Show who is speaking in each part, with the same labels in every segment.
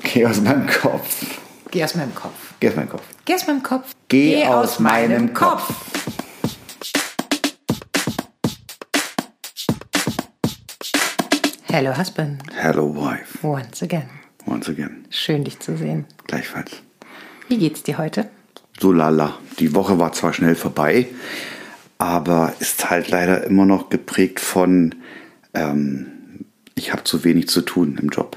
Speaker 1: Geh aus meinem Kopf.
Speaker 2: Geh aus meinem Kopf.
Speaker 1: Geh aus meinem Kopf.
Speaker 2: Geh aus meinem Kopf.
Speaker 1: Geh aus meinem Kopf.
Speaker 2: Hello Husband,
Speaker 1: Hello, Wife.
Speaker 2: once again.
Speaker 1: Once again.
Speaker 2: Schön dich zu sehen.
Speaker 1: Gleichfalls.
Speaker 2: Wie geht's dir heute?
Speaker 1: So lala. Die Woche war zwar schnell vorbei, aber ist halt leider immer noch geprägt von, ähm, ich habe zu wenig zu tun im Job.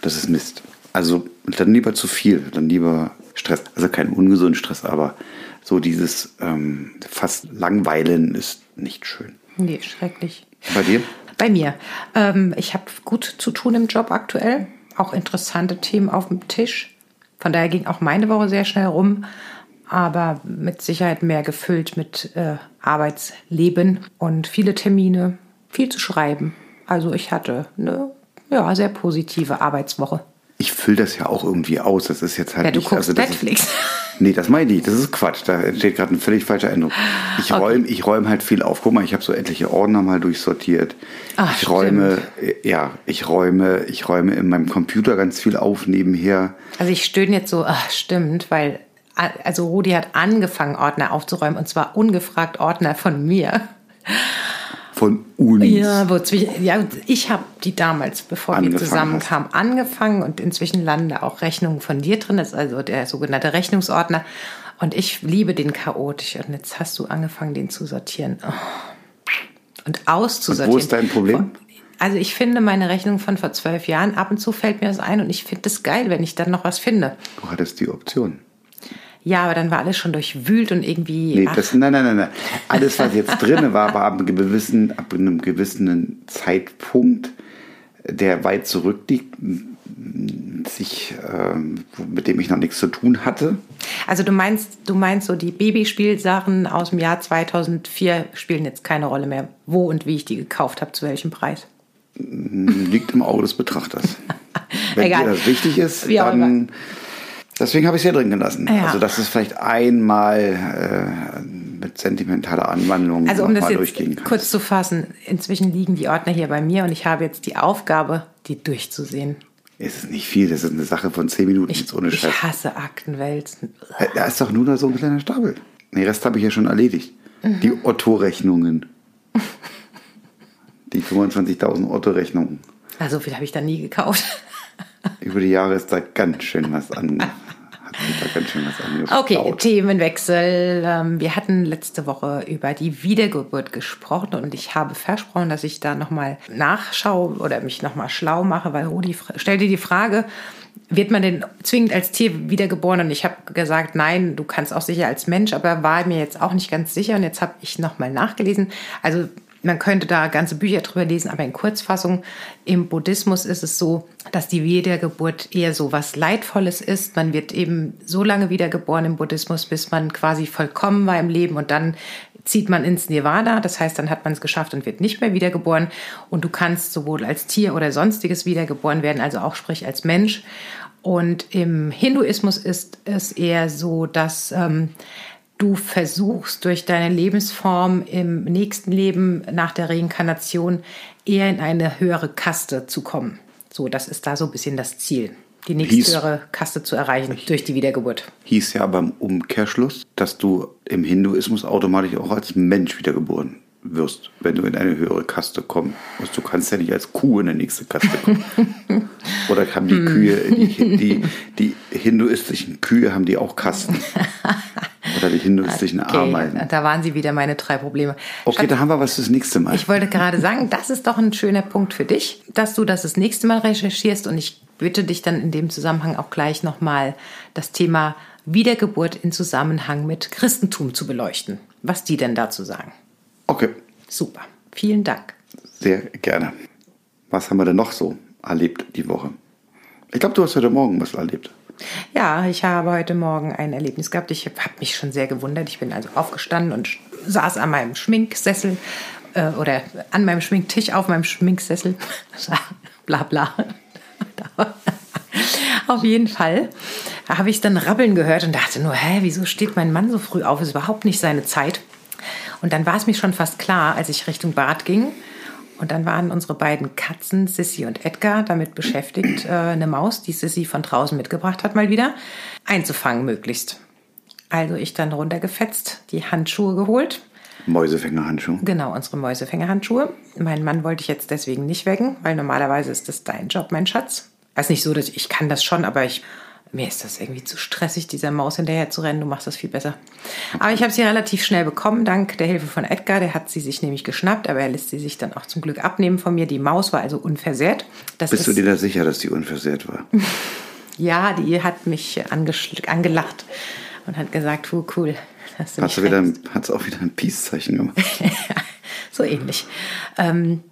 Speaker 1: Das ist Mist. Also dann lieber zu viel, dann lieber Stress. Also kein ungesunden Stress, aber so dieses ähm, fast Langweilen ist nicht schön.
Speaker 2: Nee, schrecklich.
Speaker 1: Bei dir?
Speaker 2: Bei mir. Ähm, ich habe gut zu tun im Job aktuell. Auch interessante Themen auf dem Tisch. Von daher ging auch meine Woche sehr schnell rum. Aber mit Sicherheit mehr gefüllt mit äh, Arbeitsleben und viele Termine, viel zu schreiben. Also ich hatte eine ja, sehr positive Arbeitswoche.
Speaker 1: Ich fülle das ja auch irgendwie aus. Das ist jetzt halt
Speaker 2: Ja, du
Speaker 1: nicht.
Speaker 2: guckst
Speaker 1: das
Speaker 2: Netflix.
Speaker 1: Ist, nee, das meine ich nicht. Das ist Quatsch. Da entsteht gerade ein völlig falscher Eindruck. Ich
Speaker 2: Okay.
Speaker 1: räume ich räum halt viel auf. Guck mal, ich habe so etliche Ordner mal durchsortiert.
Speaker 2: Ach,
Speaker 1: ich räume, äh, ja, ich räume, ich räume in meinem Computer ganz viel auf nebenher.
Speaker 2: Also ich stöhne jetzt so, ach stimmt, weil a- also Rudi hat angefangen, Ordner aufzuräumen und zwar ungefragt Ordner von mir.
Speaker 1: Von Unis.
Speaker 2: Ja, wo zwischen, ja ich habe die damals, bevor wir
Speaker 1: Angefangen
Speaker 2: zusammenkamen, angefangen und inzwischen landen da auch Rechnungen von dir drin, das ist also der sogenannte Rechnungsordner. Und ich liebe den chaotisch und jetzt hast du angefangen, den zu sortieren. Oh. Und auszusortieren.
Speaker 1: ist dein Problem?
Speaker 2: Also ich finde meine Rechnung von vor zwölf Jahren, ab und zu fällt mir das ein und ich finde das geil, wenn ich dann noch was finde.
Speaker 1: Du hattest die Option.
Speaker 2: Ja, aber dann war alles schon durchwühlt und irgendwie.
Speaker 1: Nee,
Speaker 2: ach,
Speaker 1: das, nein, nein, nein, nein. Alles, was jetzt drin war, war ab einem, gewissen, ab einem gewissen Zeitpunkt, der weit zurückliegt, sich, ähm, mit dem ich noch nichts zu tun hatte.
Speaker 2: also du meinst, du meinst so die Babyspielsachen aus dem Jahr 2004 spielen jetzt keine Rolle mehr, wo und wie ich die gekauft habe, zu welchem Preis.
Speaker 1: Liegt im Auge des Betrachters. Wenn
Speaker 2: Egal.
Speaker 1: dir das wichtig ist,
Speaker 2: Wie auch
Speaker 1: dann. Deswegen habe ich es hier drin gelassen.
Speaker 2: Ja.
Speaker 1: Also, dass es vielleicht einmal äh, mit sentimentaler Anwandlung
Speaker 2: Also um das
Speaker 1: nochmal
Speaker 2: jetzt
Speaker 1: durchgehen kann.
Speaker 2: kurz zu fassen, inzwischen liegen die Ordner hier bei mir und ich habe jetzt die Aufgabe, die durchzusehen.
Speaker 1: Es ist nicht viel, das ist eine Sache von zehn Minuten jetzt ohne
Speaker 2: ich
Speaker 1: Scheiß.
Speaker 2: hasse Aktenwälzen.
Speaker 1: Äh, Da ist doch nur noch so ein kleiner Stapel. Den Rest habe ich ja schon erledigt. Die Otto-Rechnungen. Die 25.000 Otto-Rechnungen.
Speaker 2: Na, Also so viel habe ich da nie gekauft.
Speaker 1: Über die Jahre ist da ganz schön was an. Hat sich da ganz schön was angestaut.
Speaker 2: Okay, Themenwechsel. Ähm, Wir hatten letzte Woche über die Wiedergeburt gesprochen und ich habe versprochen, dass ich da nochmal nachschaue oder mich nochmal schlau mache, weil Rudi fra- stellte die Frage, wird man denn zwingend als Tier wiedergeboren? Und ich habe gesagt, nein, du kannst auch sicher als Mensch, aber war mir jetzt auch nicht ganz sicher und jetzt habe ich nochmal nachgelesen. Also man könnte da ganze Bücher drüber lesen, aber in Kurzfassung, im Buddhismus ist es so, dass die Wiedergeburt eher so was Leidvolles ist. Man wird eben so lange wiedergeboren im Buddhismus, bis man quasi vollkommen war im Leben und dann zieht man ins Nirvana. Das heißt, dann hat man es geschafft und wird nicht mehr wiedergeboren. Und du kannst sowohl als Tier oder sonstiges wiedergeboren werden, also auch sprich als Mensch. Und im Hinduismus ist es eher so, dass ähm, du versuchst durch deine Lebensform im nächsten Leben nach der Reinkarnation eher in eine höhere Kaste zu kommen. So, das ist da so ein bisschen das Ziel, die nächsthöhere Kaste zu erreichen durch die Wiedergeburt.
Speaker 1: Hieß ja beim Umkehrschluss, dass du im Hinduismus automatisch auch als Mensch wiedergeboren wirst, wenn du in eine höhere Kaste kommst. Also du kannst ja nicht als Kuh in die nächste Kaste kommen. Oder haben
Speaker 2: Hm.
Speaker 1: die Kühe, die, die, die hinduistischen Kühe haben die auch Kasten. Oder die hinduistischen Ameisen.
Speaker 2: da waren sie wieder meine drei Probleme.
Speaker 1: Okay, da haben wir was fürs nächste Mal.
Speaker 2: Ich wollte gerade sagen, das ist doch ein schöner Punkt für dich, dass du das das nächste Mal recherchierst und ich bitte dich dann in dem Zusammenhang auch gleich nochmal das Thema Wiedergeburt in Zusammenhang mit Christentum zu beleuchten. Was die denn dazu sagen.
Speaker 1: Okay,
Speaker 2: Super. Vielen Dank.
Speaker 1: sehr gerne. Was haben wir denn noch so erlebt die Woche? Ich glaube, du hast heute Morgen was erlebt.
Speaker 2: Ja, ich habe heute Morgen ein Erlebnis gehabt. Ich habe mich schon sehr gewundert. Ich bin also aufgestanden und sch- saß an meinem Schminksessel äh, oder an meinem Schminktisch auf meinem Schminksessel. bla bla. auf jeden Fall habe ich dann rabbeln gehört und dachte nur, hä, wieso steht mein Mann so früh auf? Ist überhaupt nicht seine Zeit. Und dann war es mir schon fast klar, als ich Richtung Bad ging Und dann waren unsere beiden Katzen, Sissy und Edgar, damit beschäftigt, äh, eine Maus, die Sissy von draußen mitgebracht hat, mal wieder, einzufangen möglichst. Also ich dann runtergefetzt, die Handschuhe geholt.
Speaker 1: Mäusefängerhandschuhe.
Speaker 2: Genau, unsere Mäusefängerhandschuhe. Meinen Mann wollte ich jetzt deswegen nicht wecken, weil normalerweise ist das dein Job, mein Schatz. Also nicht so, dass ich, ich kann das schon, aber ich, mir ist das irgendwie zu stressig, dieser Maus hinterher zu rennen. Du machst das viel besser. Aber ich habe sie relativ schnell bekommen, dank der Hilfe von Edgar. Der hat sie sich nämlich geschnappt, aber er lässt sie sich dann auch zum Glück abnehmen von mir. Die Maus war also unversehrt. Das
Speaker 1: Bist
Speaker 2: ist,
Speaker 1: du dir da sicher, dass die unversehrt war?
Speaker 2: Ja, die hat mich angeschl- angelacht und hat gesagt, "Puh, cool. dass du
Speaker 1: Hast du
Speaker 2: mich
Speaker 1: wieder, hat's auch wieder ein Peace-Zeichen gemacht?
Speaker 2: so ähnlich. Ähm,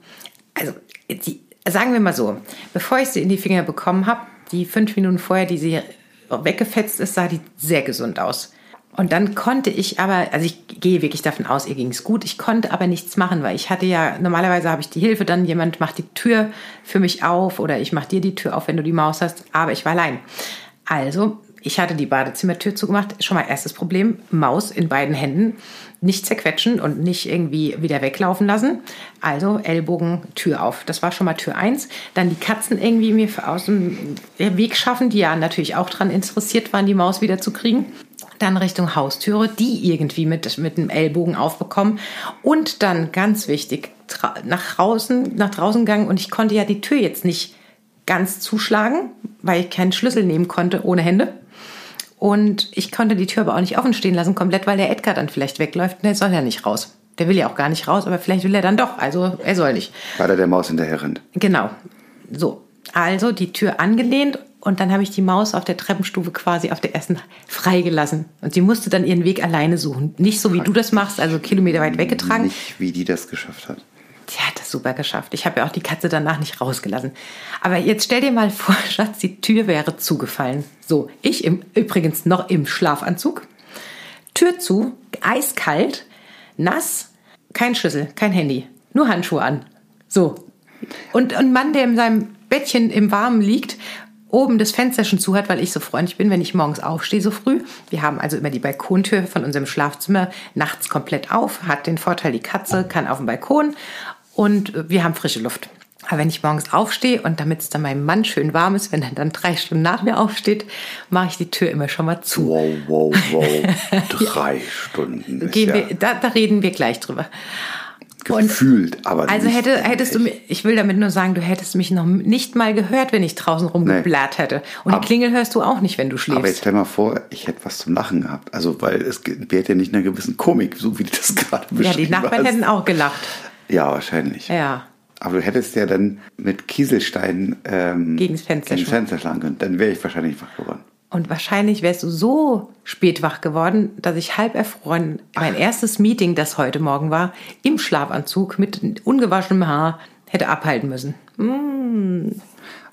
Speaker 2: also, die, sagen wir mal so, bevor ich sie in die Finger bekommen habe, die fünf Minuten vorher, die sie weggefetzt ist, sah die sehr gesund aus. Und dann konnte ich aber, also ich gehe wirklich davon aus, ihr ging es gut, ich konnte aber nichts machen, weil ich hatte ja, normalerweise habe ich die Hilfe, dann jemand macht die Tür für mich auf oder ich mache dir die Tür auf, wenn du die Maus hast, aber ich war allein. Also, ich hatte die Badezimmertür zugemacht. Schon mal erstes Problem, Maus in beiden Händen. Nicht zerquetschen und nicht irgendwie wieder weglaufen lassen. Also Ellbogen, Tür auf. Das war schon mal Tür eins. Dann die Katzen irgendwie mir aus dem Weg schaffen, die ja natürlich auch daran interessiert waren, die Maus wieder zu kriegen. Dann Richtung Haustüre, die irgendwie mit, mit dem Ellbogen aufbekommen. Und dann, ganz wichtig, tra- nach draußen, nach draußen gegangen. Und ich konnte ja die Tür jetzt nicht ganz zuschlagen, weil ich keinen Schlüssel nehmen konnte ohne Hände. Und ich konnte die Tür aber auch nicht offen stehen lassen, komplett, weil der Edgar dann vielleicht wegläuft. Der soll ja nicht raus. Der will ja auch gar nicht raus, aber vielleicht will er dann doch. Also er soll nicht.
Speaker 1: Weil er der Maus hinterher rennt.
Speaker 2: Genau. So. Also die Tür angelehnt und dann habe ich die Maus auf der Treppenstufe quasi auf der ersten freigelassen. Und sie musste dann ihren Weg alleine suchen. Nicht so wie du das machst, also Kilometer weit weggetragen.
Speaker 1: Nicht, wie die das geschafft hat.
Speaker 2: Die hat das super geschafft. Ich habe ja auch die Katze danach nicht rausgelassen. Aber jetzt stell dir mal vor, Schatz, die Tür wäre zugefallen. So, ich im, übrigens noch im Schlafanzug. Tür zu, eiskalt, nass, kein Schlüssel, kein Handy, nur Handschuhe an. So. Und ein Mann, der in seinem Bettchen im Warmen liegt, oben das Fenster schon zu hat, weil ich so freundlich bin, wenn ich morgens aufstehe so früh. Wir haben also immer die Balkontür von unserem Schlafzimmer nachts komplett auf, hat den Vorteil, die Katze kann auf dem Balkon und wir haben frische Luft. Aber wenn ich morgens aufstehe und damit es dann meinem Mann schön warm ist, wenn er dann drei Stunden nach mir aufsteht, mache ich die Tür immer schon mal zu.
Speaker 1: Wow, wow, wow. Drei Stunden. Ist
Speaker 2: Gehen
Speaker 1: ja
Speaker 2: wir, da, da reden wir gleich drüber. Und-
Speaker 1: gefühlt, aber
Speaker 2: Also
Speaker 1: nicht
Speaker 2: hätte, hättest
Speaker 1: echt.
Speaker 2: du mich, ich will damit nur sagen, du hättest mich noch nicht mal gehört, wenn ich draußen rumgeblärt hätte. Und
Speaker 1: Aber-
Speaker 2: die Klingel hörst du auch nicht, wenn du
Speaker 1: Aber jetzt
Speaker 2: schläfst.
Speaker 1: stell mal vor, ich hätte was zum Lachen gehabt. Also, weil es gebärt ja nicht einer gewissen Komik, so wie du das gerade beschrieben
Speaker 2: Ja, die Nachbarn
Speaker 1: hast.
Speaker 2: hätten auch gelacht.
Speaker 1: Ja, wahrscheinlich.
Speaker 2: Ja.
Speaker 1: Aber du hättest ja dann mit Kieselsteinen ähm,
Speaker 2: Gegens Fenster
Speaker 1: gegens
Speaker 2: schlagen.
Speaker 1: Fenster schlagen können. Dann wäre ich wahrscheinlich wach geworden.
Speaker 2: Und wahrscheinlich wärst du so spät wach geworden, dass ich halb erfroren mein erstes Meeting, das heute Morgen war, im Schlafanzug mit ungewaschenem Haar hätte abhalten müssen.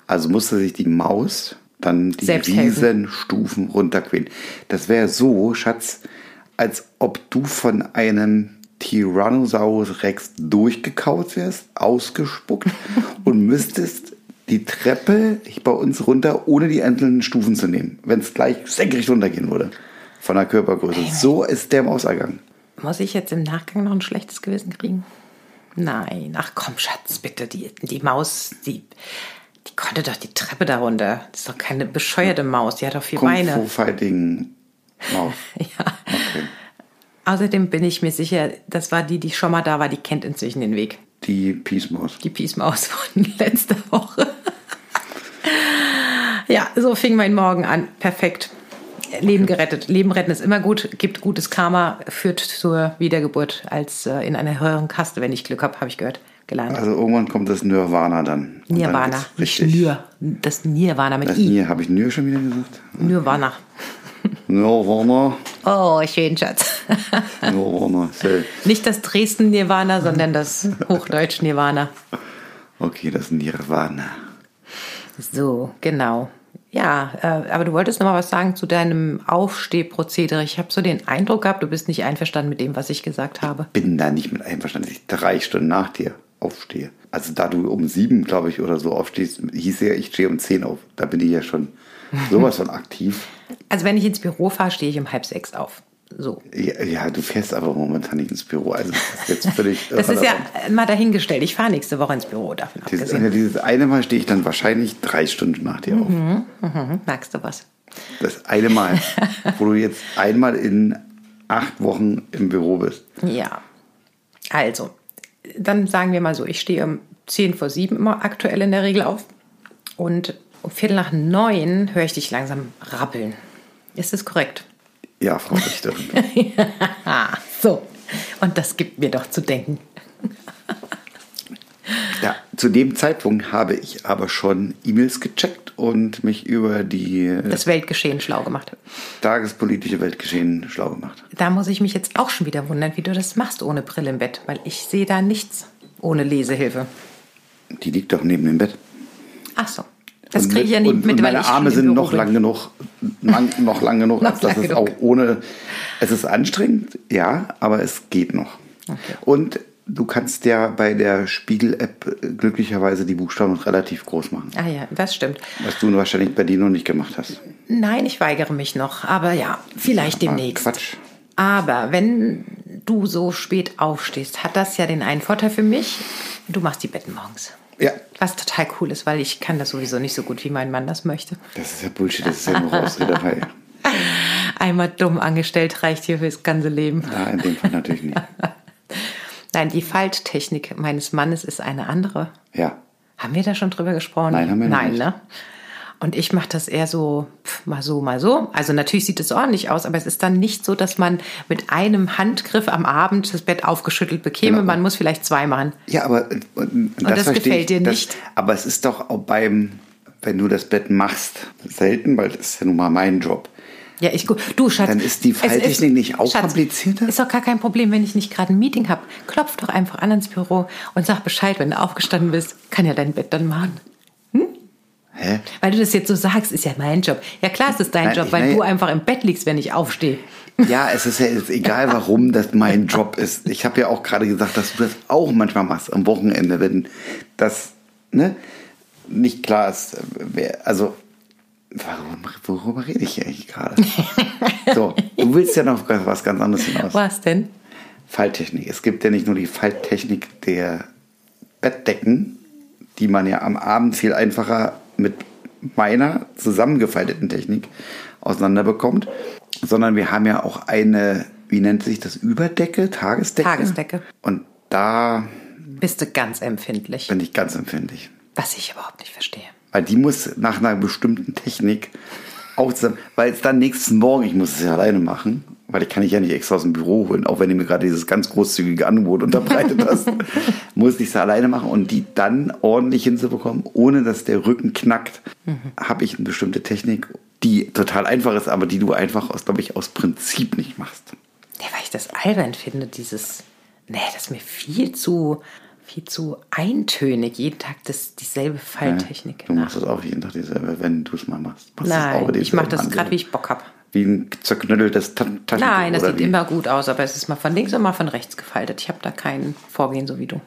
Speaker 1: Also musste sich die Maus dann die
Speaker 2: Selbst helfen.
Speaker 1: Riesenstufen runterquälen. Das wäre so, Schatz, als ob du von einem Tyrannosaurus Rex durchgekaut wärst, ausgespuckt und müsstest die Treppe bei uns runter, ohne die einzelnen Stufen zu nehmen, wenn es gleich senkrecht runtergehen würde. Von der Körpergröße. So ist der Mausergang.
Speaker 2: Muss ich jetzt im Nachgang noch ein schlechtes Gewissen kriegen? Nein. Ach komm, Schatz, bitte. Die, die Maus, die, die konnte doch die Treppe darunter. Das ist doch keine bescheuerte Maus. Die hat doch vier
Speaker 1: Hm. Kung
Speaker 2: Beine.
Speaker 1: Fu Fighting Maus.
Speaker 2: Ja.
Speaker 1: Okay.
Speaker 2: Außerdem bin ich mir sicher, das war die, die schon mal da war, die kennt inzwischen den Weg.
Speaker 1: Die Peace Maus.
Speaker 2: Die Peace-Maus von letzter Woche. ja, so fing mein Morgen an. Perfekt. Leben gerettet. Leben retten ist immer gut, gibt gutes Karma, führt zur Wiedergeburt als äh, in einer höheren Kaste, wenn ich Glück habe, habe ich gehört, gelernt.
Speaker 1: Also irgendwann kommt das Nirvana dann. Und Dann
Speaker 2: Nirvana,
Speaker 1: geht's
Speaker 2: nicht
Speaker 1: richtig.
Speaker 2: Nir. Das Nirvana mit
Speaker 1: Das
Speaker 2: I.
Speaker 1: Nir, habe ich Nir schon wieder gesagt?
Speaker 2: Nirvana.
Speaker 1: Nirvana.
Speaker 2: Oh, schön, Schatz.
Speaker 1: Nirvana. So.
Speaker 2: nicht das Dresden-Nirvana, sondern das Hochdeutsch-Nirvana.
Speaker 1: Okay, das Nirvana.
Speaker 2: So, genau. Ja, äh, aber du wolltest noch mal was sagen zu deinem Aufstehprozedere. Ich habe so den Eindruck gehabt, du bist nicht einverstanden mit dem, was ich gesagt habe.
Speaker 1: Bin da nicht mit einverstanden, dass ich drei Stunden nach dir aufstehe. Also da du um sieben, glaube ich, oder so aufstehst, hieß ja, ich stehe um zehn auf. Da bin ich ja schon sowas von aktiv.
Speaker 2: Also wenn ich ins Büro fahre, stehe ich um halb sechs auf. So.
Speaker 1: Ja, ja, du fährst aber momentan nicht ins Büro. Also das ist jetzt völlig.
Speaker 2: Das ist ja mal dahingestellt. Ich fahre nächste Woche ins Büro, davon
Speaker 1: Dieses,
Speaker 2: abgesehen.
Speaker 1: dieses eine Mal stehe ich dann wahrscheinlich drei Stunden nach dir auf.
Speaker 2: Mhm, merkst du was?
Speaker 1: Das eine Mal, wo du jetzt einmal in acht Wochen im Büro bist.
Speaker 2: Ja. Also, dann sagen wir mal so, ich stehe um 10 vor 7 immer aktuell in der Regel auf und um Viertel nach 9 höre ich dich langsam rappeln. Ist das korrekt?
Speaker 1: Ja, Frau Richterin.
Speaker 2: Ah, so. Und das gibt mir doch zu denken.
Speaker 1: Ja, zu dem Zeitpunkt habe ich aber schon E-Mails gecheckt und mich über die äh,
Speaker 2: Das Weltgeschehen schlau gemacht.
Speaker 1: tagespolitische Weltgeschehen schlau gemacht.
Speaker 2: Da muss ich mich jetzt auch schon wieder wundern, wie du das machst ohne Brille im Bett, weil ich sehe da nichts ohne Lesehilfe.
Speaker 1: Die liegt doch neben dem Bett.
Speaker 2: Ach so. Das
Speaker 1: Und
Speaker 2: kriege ich ja nicht
Speaker 1: und,
Speaker 2: mit,
Speaker 1: und
Speaker 2: weil
Speaker 1: meine
Speaker 2: ich
Speaker 1: Arme
Speaker 2: schon im
Speaker 1: sind
Speaker 2: Büro
Speaker 1: noch
Speaker 2: bin.
Speaker 1: lang genug, lang, noch lang genug,
Speaker 2: Noch
Speaker 1: als dass
Speaker 2: lang
Speaker 1: es
Speaker 2: genug.
Speaker 1: auch ohne. Es ist anstrengend, ja, aber es geht noch. Und du kannst ja bei der Spiegel-App äh, glücklicherweise die Buchstaben relativ groß machen,
Speaker 2: Ah ja, das stimmt.
Speaker 1: was du wahrscheinlich bei dir noch nicht gemacht hast.
Speaker 2: Nein, ich weigere mich noch, aber ja, vielleicht
Speaker 1: Ah,
Speaker 2: demnächst.
Speaker 1: Quatsch.
Speaker 2: Aber wenn du so spät aufstehst, hat das ja den einen Vorteil für mich, du machst die Betten morgens.
Speaker 1: Ja,
Speaker 2: Was total cool ist, weil ich kann das sowieso nicht so gut, wie mein Mann das möchte.
Speaker 1: das ist ja Bullshit, das ist ja nur Ausrederei.
Speaker 2: Einmal dumm angestellt reicht hier fürs ganze Leben.
Speaker 1: Ja, in dem Fall natürlich nicht.
Speaker 2: Nein, die Falttechnik meines Mannes ist eine andere.
Speaker 1: Ja.
Speaker 2: Haben wir da schon drüber gesprochen?
Speaker 1: Nein, haben wir noch
Speaker 2: Nein,
Speaker 1: nicht.
Speaker 2: ne? Und ich mache das eher so, pf, mal so, mal so. Also natürlich sieht es ordentlich aus, aber es ist dann nicht so, dass man mit einem Handgriff am Abend das Bett aufgeschüttelt bekäme.
Speaker 1: Genau.
Speaker 2: Man muss vielleicht zwei machen.
Speaker 1: Ja, aber äh, und, das,
Speaker 2: das
Speaker 1: verstehe
Speaker 2: gefällt
Speaker 1: ich,
Speaker 2: dir
Speaker 1: das,
Speaker 2: nicht?
Speaker 1: Aber es ist doch auch beim, wenn du das Bett machst, selten, weil das ist ja nun mal mein Job.
Speaker 2: Ja, ich gu- Du, Schatz.
Speaker 1: Dann ist die
Speaker 2: es
Speaker 1: Falltechnik nicht auch
Speaker 2: Schatz,
Speaker 1: komplizierter?
Speaker 2: Ist doch gar kein Problem, wenn ich nicht gerade ein Meeting habe. Klopf doch einfach an ins Büro und sag Bescheid, wenn du aufgestanden bist. Kann ja dein Bett dann machen.
Speaker 1: Hä?
Speaker 2: Weil du das jetzt so sagst, ist ja mein Job. Ja, klar, es ist dein
Speaker 1: Nein,
Speaker 2: Job,
Speaker 1: ich-
Speaker 2: weil
Speaker 1: nein.
Speaker 2: du einfach im Bett liegst, wenn ich aufstehe.
Speaker 1: Ja, es ist ja jetzt egal, warum das mein Job ist. Ich habe ja auch gerade gesagt, dass du das auch manchmal machst am Wochenende, wenn das ne, nicht klar ist. äh, Wer, also, warum, worüber rede ich hier eigentlich gerade? So, du willst ja noch was ganz anderes hinaus.
Speaker 2: Was denn?
Speaker 1: Falttechnik. Es gibt ja nicht nur die Falttechnik der Bettdecken, die man ja am Abend viel einfacher mit meiner zusammengefalteten Technik auseinanderbekommt, sondern wir haben ja auch eine, wie nennt sich das, Überdecke, Tagesdecke.
Speaker 2: Tagesdecke.
Speaker 1: Und da
Speaker 2: Bist du ganz empfindlich.
Speaker 1: bin ich ganz empfindlich.
Speaker 2: Was ich überhaupt nicht verstehe.
Speaker 1: Weil die muss nach einer bestimmten Technik auch zusammen, weil es dann nächsten Morgen, ich muss es ja alleine machen, weil ich kann ich ja nicht extra aus dem Büro holen, auch wenn du mir gerade dieses ganz großzügige Angebot unterbreitet hast, muss ich es alleine machen und die dann ordentlich hinzubekommen, ohne dass der Rücken knackt,
Speaker 2: Mhm.
Speaker 1: habe ich eine bestimmte Technik, die total einfach ist, aber die du einfach aus, glaube ich, aus Prinzip nicht machst.
Speaker 2: Ja, weil ich das albern finde, dieses. Nee, das ist mir viel zu, viel zu eintönig. Jeden Tag das, dieselbe Falltechnik.
Speaker 1: Du machst das auch jeden Tag dieselbe, wenn du es mal machst. machst du es auch
Speaker 2: Nein,
Speaker 1: mit
Speaker 2: ich mache
Speaker 1: demselben
Speaker 2: das gerade, wie
Speaker 1: Ansatz.
Speaker 2: ich Bock habe.
Speaker 1: Wie ein zerknütteltes Ta- Taschentuch.
Speaker 2: Nein, das
Speaker 1: oder
Speaker 2: sieht
Speaker 1: wie?
Speaker 2: immer gut aus, aber es ist mal von links und mal von rechts gefaltet. Ich habe da kein Vorgehen, so wie du.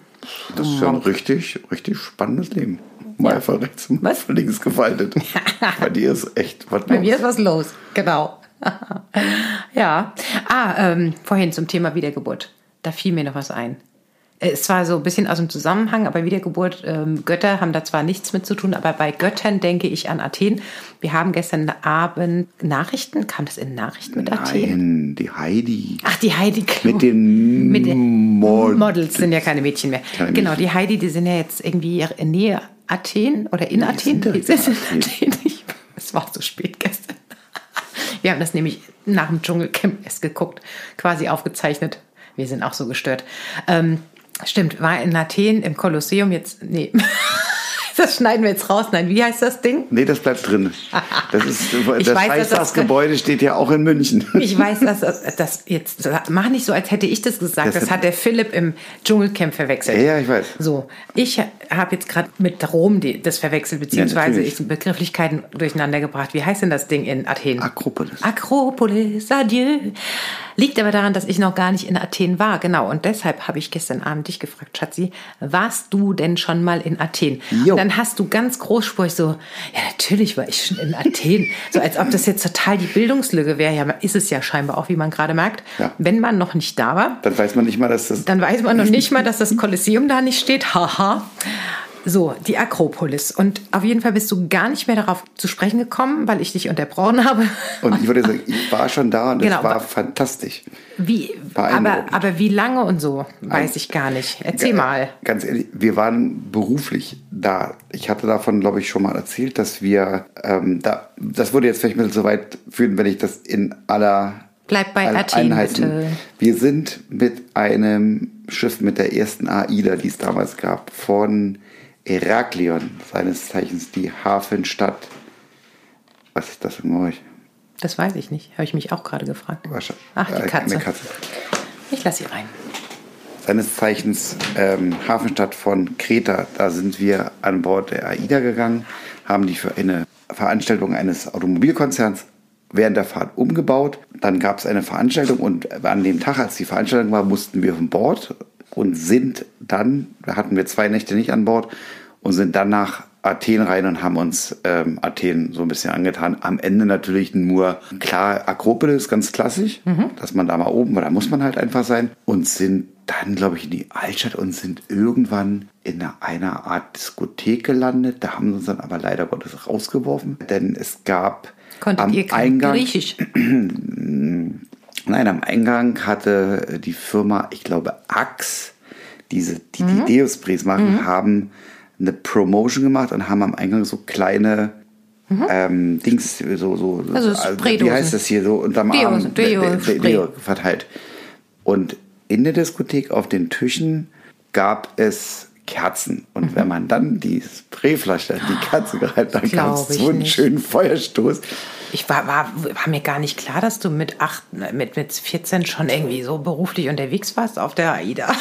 Speaker 1: Das ist ja ein richtig, richtig spannendes Leben. Mal
Speaker 2: Hm, Ja.
Speaker 1: von rechts und mal
Speaker 2: Was?
Speaker 1: von links gefaltet. Bei dir ist echt was
Speaker 2: Bei
Speaker 1: los.
Speaker 2: mir ist was los, genau. ja. Ah, ähm, vorhin zum Thema Wiedergeburt. Da fiel mir noch was ein. Äh, Es war so ein bisschen aus dem Zusammenhang, aber Wiedergeburt, ähm, Götter haben da zwar nichts mit zu tun, aber bei Göttern denke ich an Athen. Wir haben gestern Abend Nachrichten, kam das in Nachrichten mit Athen?
Speaker 1: Nein, die Heidi.
Speaker 2: Ach, die Heidi Klum.
Speaker 1: Mit den
Speaker 2: Mit den
Speaker 1: Mod-
Speaker 2: Models sind ja keine Mädchen mehr.
Speaker 1: Keine
Speaker 2: genau,
Speaker 1: Mädchen.
Speaker 2: die Heidi, die sind ja jetzt irgendwie in Nähe Athen oder in Athen.
Speaker 1: sind
Speaker 2: Die
Speaker 1: direkt in
Speaker 2: sind in
Speaker 1: Athen.
Speaker 2: Athen. Ich- Es war so spät gestern. Wir haben das nämlich nach dem Dschungelcamp erst geguckt, quasi aufgezeichnet. Wir sind auch so gestört. Ähm, stimmt, war in Athen im Kolosseum jetzt. Nee. Das schneiden wir jetzt raus. Nein, wie heißt das Ding?
Speaker 1: Nee, das bleibt drin. Das ist das
Speaker 2: weiß, dass das-
Speaker 1: Reichstagsgebäude steht ja auch in München.
Speaker 2: Ich weiß, dass das, das jetzt. Mach nicht so, als hätte ich das gesagt.
Speaker 1: Das-
Speaker 2: Das, hat der Philipp im Dschungelcamp verwechselt.
Speaker 1: Ja, ja, ich weiß.
Speaker 2: So, ich habe jetzt gerade mit Rom die, das verwechselt, beziehungsweise
Speaker 1: natürlich.
Speaker 2: ich Begrifflichkeiten durcheinander gebracht. Wie heißt denn das Ding in Athen?
Speaker 1: Akropolis.
Speaker 2: Akropolis, adieu. Liegt aber daran, dass ich noch gar nicht in Athen war, genau. Und deshalb habe ich gestern Abend dich gefragt, Schatzi, warst du denn schon mal in Athen?
Speaker 1: Jo.
Speaker 2: Und dann hast du ganz großspurig so, ja, natürlich war ich schon in Athen. so als ob das jetzt total die Bildungslücke wäre. Ja, ist es ja scheinbar auch, wie man gerade merkt.
Speaker 1: Ja.
Speaker 2: Wenn man noch nicht da war,
Speaker 1: Dann weiß man nicht mal, dass das.
Speaker 2: dann weiß man noch nicht mal, dass das Kolosseum da nicht steht. Haha. So, die Akropolis. Und auf jeden Fall bist du gar nicht mehr darauf zu sprechen gekommen, weil ich dich unterbrochen habe.
Speaker 1: Und ich würde sagen, ich war schon da und
Speaker 2: Genau,
Speaker 1: es war
Speaker 2: aber-
Speaker 1: fantastisch.
Speaker 2: Wie, aber,
Speaker 1: Beeindruckend.
Speaker 2: aber wie lange und so, weiß ich gar nicht. Erzähl mal.
Speaker 1: Ganz ehrlich, wir waren beruflich da. Ich hatte davon, glaube ich, schon mal erzählt, dass wir ähm, da. Das würde jetzt vielleicht ein bisschen zu weit führen, wenn ich das in aller.
Speaker 2: Bleib bei
Speaker 1: aller
Speaker 2: Athen, bitte.
Speaker 1: Wir sind mit einem Schiff, mit der ersten AIDA, die es damals gab, von Heraklion, seines Zeichens die Hafenstadt. Was ist das für ein Geräusch?
Speaker 2: Das weiß ich nicht. Habe ich mich auch gerade gefragt.
Speaker 1: Wahrscheinlich-
Speaker 2: Ach, die
Speaker 1: äh,
Speaker 2: Katze.
Speaker 1: Eine Katze.
Speaker 2: Ich lasse sie rein.
Speaker 1: seines Zeichens ähm, Hafenstadt von Kreta. Da sind wir an Bord der AIDA gegangen, haben die für eine Veranstaltung eines Automobilkonzerns während der Fahrt umgebaut. Dann gab es eine Veranstaltung und an dem Tag, als die Veranstaltung war, mussten wir von Bord und sind dann, da hatten wir zwei Nächte nicht an Bord und sind dann nach Athen rein und haben uns ähm, Athen so ein bisschen angetan. Am Ende natürlich nur, klar, Akropolis, ganz klassisch,
Speaker 2: Mhm.
Speaker 1: dass man da mal oben war, da muss man halt einfach sein. Und sind dann, glaube ich, in die Altstadt und sind irgendwann in einer- einer Art Diskothek gelandet. Da haben sie uns dann aber leider Gottes rausgeworfen, denn es gab
Speaker 2: Konntet
Speaker 1: am
Speaker 2: ihr kein
Speaker 1: Eingang...
Speaker 2: Griechisch?
Speaker 1: Nein, am Eingang hatte äh, die Firma, ich glaube, Axe, diese, die
Speaker 2: Mhm.
Speaker 1: die Deus-Pries machen, haben eine Promotion gemacht und haben am Eingang so kleine ähm, Dings, so, so,
Speaker 2: Mhm. Also so
Speaker 1: wie
Speaker 2: Spraydosen.
Speaker 1: heißt das hier, so unterm Arm,
Speaker 2: Deo- Deo-
Speaker 1: De- De-
Speaker 2: Spray.
Speaker 1: Deo verteilt. Und in der Diskothek auf den Tischen gab es Kerzen. Und
Speaker 2: Mhm.
Speaker 1: wenn man dann die Sprayflasche, an die Kerze gehalten, dann kam
Speaker 2: Glaub
Speaker 1: es
Speaker 2: ich
Speaker 1: so einen
Speaker 2: nicht.
Speaker 1: schönen Feuerstoß.
Speaker 2: Ich war, war, war mir gar nicht klar, dass du mit, acht, mit, mit 14 schon irgendwie so beruflich unterwegs warst auf der AIDA.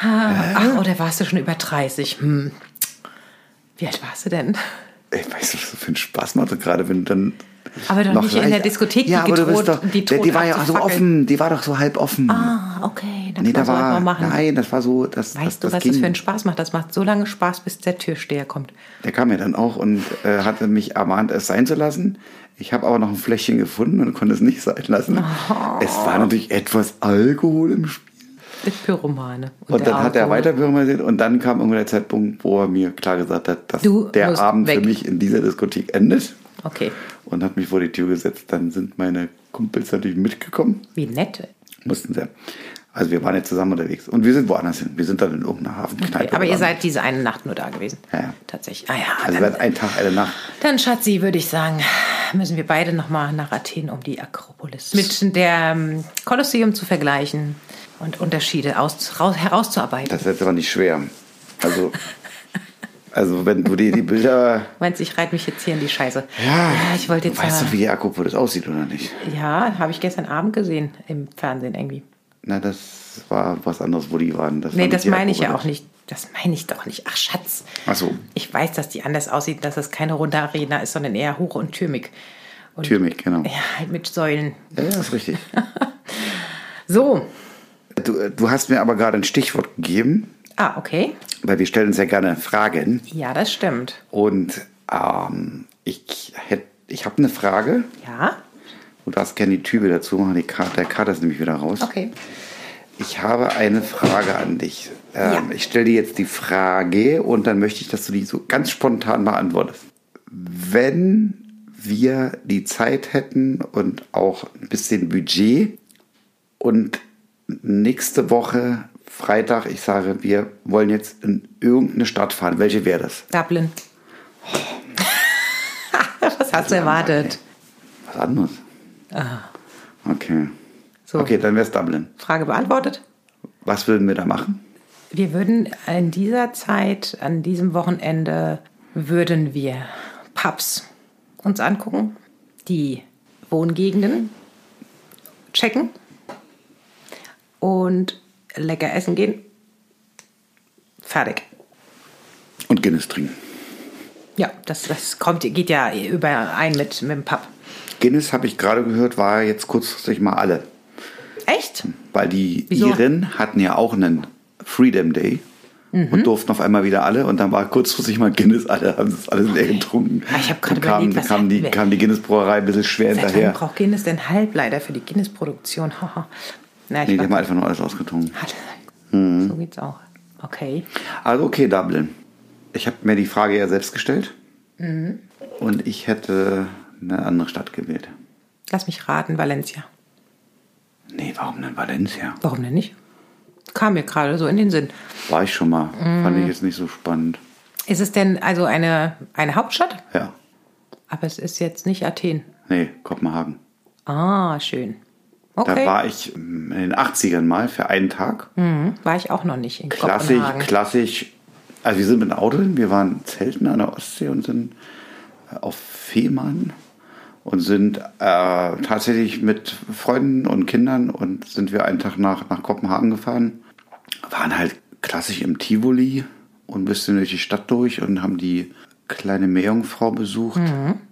Speaker 2: Ah, Ach, oder warst du schon über 30? Hm. Wie alt warst du denn?
Speaker 1: Ich weiß nicht, was das für einen Spaß macht, und gerade wenn du dann.
Speaker 2: Aber doch
Speaker 1: noch
Speaker 2: nicht in
Speaker 1: leicht-
Speaker 2: der Diskothek, die
Speaker 1: ja, aber du bist
Speaker 2: gedroht-
Speaker 1: doch,
Speaker 2: die
Speaker 1: die, die,
Speaker 2: droht
Speaker 1: war ja auch so
Speaker 2: abzufackeln.
Speaker 1: offen, die war doch so halb offen.
Speaker 2: Ah, okay. Dann
Speaker 1: nee,
Speaker 2: kann
Speaker 1: da
Speaker 2: man sowas
Speaker 1: war,
Speaker 2: mal machen.
Speaker 1: nein, das war so, das, das,
Speaker 2: weißt du,
Speaker 1: das
Speaker 2: was
Speaker 1: ging.
Speaker 2: das für einen Spaß macht? Das macht so lange Spaß, bis der Türsteher kommt.
Speaker 1: Der kam ja dann auch und äh, hatte mich ermahnt, es sein zu lassen. Ich habe aber noch ein Fläschchen gefunden und konnte es nicht sein lassen.
Speaker 2: Oh.
Speaker 1: Es war natürlich etwas Alkohol im Spiel.
Speaker 2: Der Pyromane.
Speaker 1: Und,
Speaker 2: der
Speaker 1: dann hat er
Speaker 2: Alkohol.
Speaker 1: weiter pyromisiert und dann kam irgendwann der Zeitpunkt, wo er mir klar gesagt hat, dass
Speaker 2: Du
Speaker 1: der
Speaker 2: musst
Speaker 1: Abend
Speaker 2: weg.
Speaker 1: für mich in dieser Diskothek endet.
Speaker 2: Okay,
Speaker 1: Und hat mich vor die Tür gesetzt. Dann sind meine Kumpels natürlich mitgekommen.
Speaker 2: wie nett.
Speaker 1: Mussten sie. Also wir waren jetzt zusammen unterwegs. Und wir sind woanders hin. Wir sind dann in irgendeiner Hafenkneipe.
Speaker 2: Okay, aber ihr
Speaker 1: gelandet.
Speaker 2: seid diese eine Nacht nur da gewesen.
Speaker 1: Ja, ja.
Speaker 2: Tatsächlich. Ah ja,
Speaker 1: Also
Speaker 2: dann,
Speaker 1: seit ein Tag, eine Nacht.
Speaker 2: dann Schatzi, würde ich sagen, müssen wir beide nochmal nach Athen, um die Akropolis mit der ähm, Kolosseum zu vergleichen und Unterschiede aus, raus, herauszuarbeiten.
Speaker 1: Das ist jetzt aber nicht schwer. Also, also wenn du dir die Bilder...
Speaker 2: Meinst du, ich reite mich jetzt hier in die Scheiße? Äh,
Speaker 1: Ja,
Speaker 2: ich wollte jetzt
Speaker 1: Weißt
Speaker 2: mal,
Speaker 1: du, wie die Akropolis aussieht oder nicht?
Speaker 2: Ja, habe ich gestern Abend gesehen im Fernsehen irgendwie.
Speaker 1: Na, das war was anderes, wo die waren. Das war
Speaker 2: Nee,
Speaker 1: nicht
Speaker 2: das
Speaker 1: die
Speaker 2: meine ich ja auch
Speaker 1: Akropolis.
Speaker 2: nicht. Das meine ich doch nicht. Ach, Schatz.
Speaker 1: Ach so.
Speaker 2: Ich weiß, dass die anders aussieht, dass das keine runde Arena ist, sondern eher hoch und türmig. Und
Speaker 1: Türmig, genau. Ja,
Speaker 2: Ja, halt mit Säulen.
Speaker 1: ja ist richtig.
Speaker 2: So.
Speaker 1: Du, du hast mir aber gerade ein Stichwort gegeben,
Speaker 2: Ah, okay.
Speaker 1: weil wir stellen uns ja gerne Fragen.
Speaker 2: Ja, das stimmt.
Speaker 1: Und ähm, ich hätte, ich habe eine Frage.
Speaker 2: Ja.
Speaker 1: Du darfst gerne die Tübe dazu machen. Die Karte, der Kater ist nämlich wieder raus.
Speaker 2: Okay.
Speaker 1: Ich habe eine Frage an dich. Ähm,
Speaker 2: Ja.
Speaker 1: Ich stelle dir jetzt die Frage und dann möchte ich, dass du die so ganz spontan beantwortest. Wenn wir die Zeit hätten und auch ein bisschen Budget und nächste Woche Freitag, ich sage, wir wollen jetzt in irgendeine Stadt fahren, welche wäre das?
Speaker 2: Dublin.
Speaker 1: Oh,
Speaker 2: Was hast
Speaker 1: also,
Speaker 2: du erwartet?
Speaker 1: Was anderes? Ah. Okay.
Speaker 2: So.
Speaker 1: Okay, dann wäre es Dublin.
Speaker 2: Frage beantwortet.
Speaker 1: Was würden wir da machen?
Speaker 2: Wir würden in dieser Zeit, an diesem Wochenende, würden wir Pubs uns angucken, die Wohngegenden checken und lecker essen gehen. Fertig.
Speaker 1: Und Guinness trinken.
Speaker 2: Ja, das, das kommt, geht ja überein mit, mit dem Pub.
Speaker 1: Guinness, habe ich gerade gehört, war jetzt kurzfristig mal alle.
Speaker 2: Echt?
Speaker 1: Weil die
Speaker 2: Wieso?
Speaker 1: Iren hatten ja auch einen Freedom Day
Speaker 2: Mhm.
Speaker 1: und durften auf einmal wieder alle. Und dann war kurzfristig mal Guinness alle, haben es alles leer getrunken.
Speaker 2: Ah, ich hab gerade
Speaker 1: Und kam,
Speaker 2: überlegt, was
Speaker 1: kam, die,
Speaker 2: hatten wir?
Speaker 1: kam die Guinness-Brauerei ein bisschen schwer
Speaker 2: Seit wann
Speaker 1: hinterher.
Speaker 2: braucht Guinness denn Halbleiter für die Guinness-Produktion? Haha. Na, ich
Speaker 1: Nee, die
Speaker 2: war-
Speaker 1: haben Hm. einfach nur alles ausgetrunken.
Speaker 2: So geht's auch. Okay.
Speaker 1: Also okay, Dublin. Ich habe mir die Frage ja selbst gestellt.
Speaker 2: Mhm.
Speaker 1: Und ich hätte eine andere Stadt gewählt.
Speaker 2: Lass mich raten, Valencia.
Speaker 1: Nee, warum denn Valencia?
Speaker 2: Warum denn nicht? Kam mir gerade so in den Sinn.
Speaker 1: War ich schon mal.
Speaker 2: Mhm.
Speaker 1: Fand ich jetzt nicht so spannend.
Speaker 2: Ist es denn also eine, eine Hauptstadt?
Speaker 1: Ja.
Speaker 2: Aber es ist jetzt nicht Athen.
Speaker 1: Nee, Kopenhagen.
Speaker 2: Ah, schön.
Speaker 1: Da
Speaker 2: Okay. War,
Speaker 1: war ich ähm, in den 80ern mal für einen Tag.
Speaker 2: mhm. war ich auch noch nicht in
Speaker 1: Klassisch,
Speaker 2: Kopenhagen.
Speaker 1: klassisch. Also wir sind mit dem Auto hin, wir waren Zelten an der Ostsee und sind äh, auf Fehmarn und sind äh, tatsächlich mit Freunden und Kindern und sind wir einen Tag nach, nach Kopenhagen gefahren. Waren halt klassisch im Tivoli und ein bisschen durch die Stadt durch und haben die kleine Meerjungfrau besucht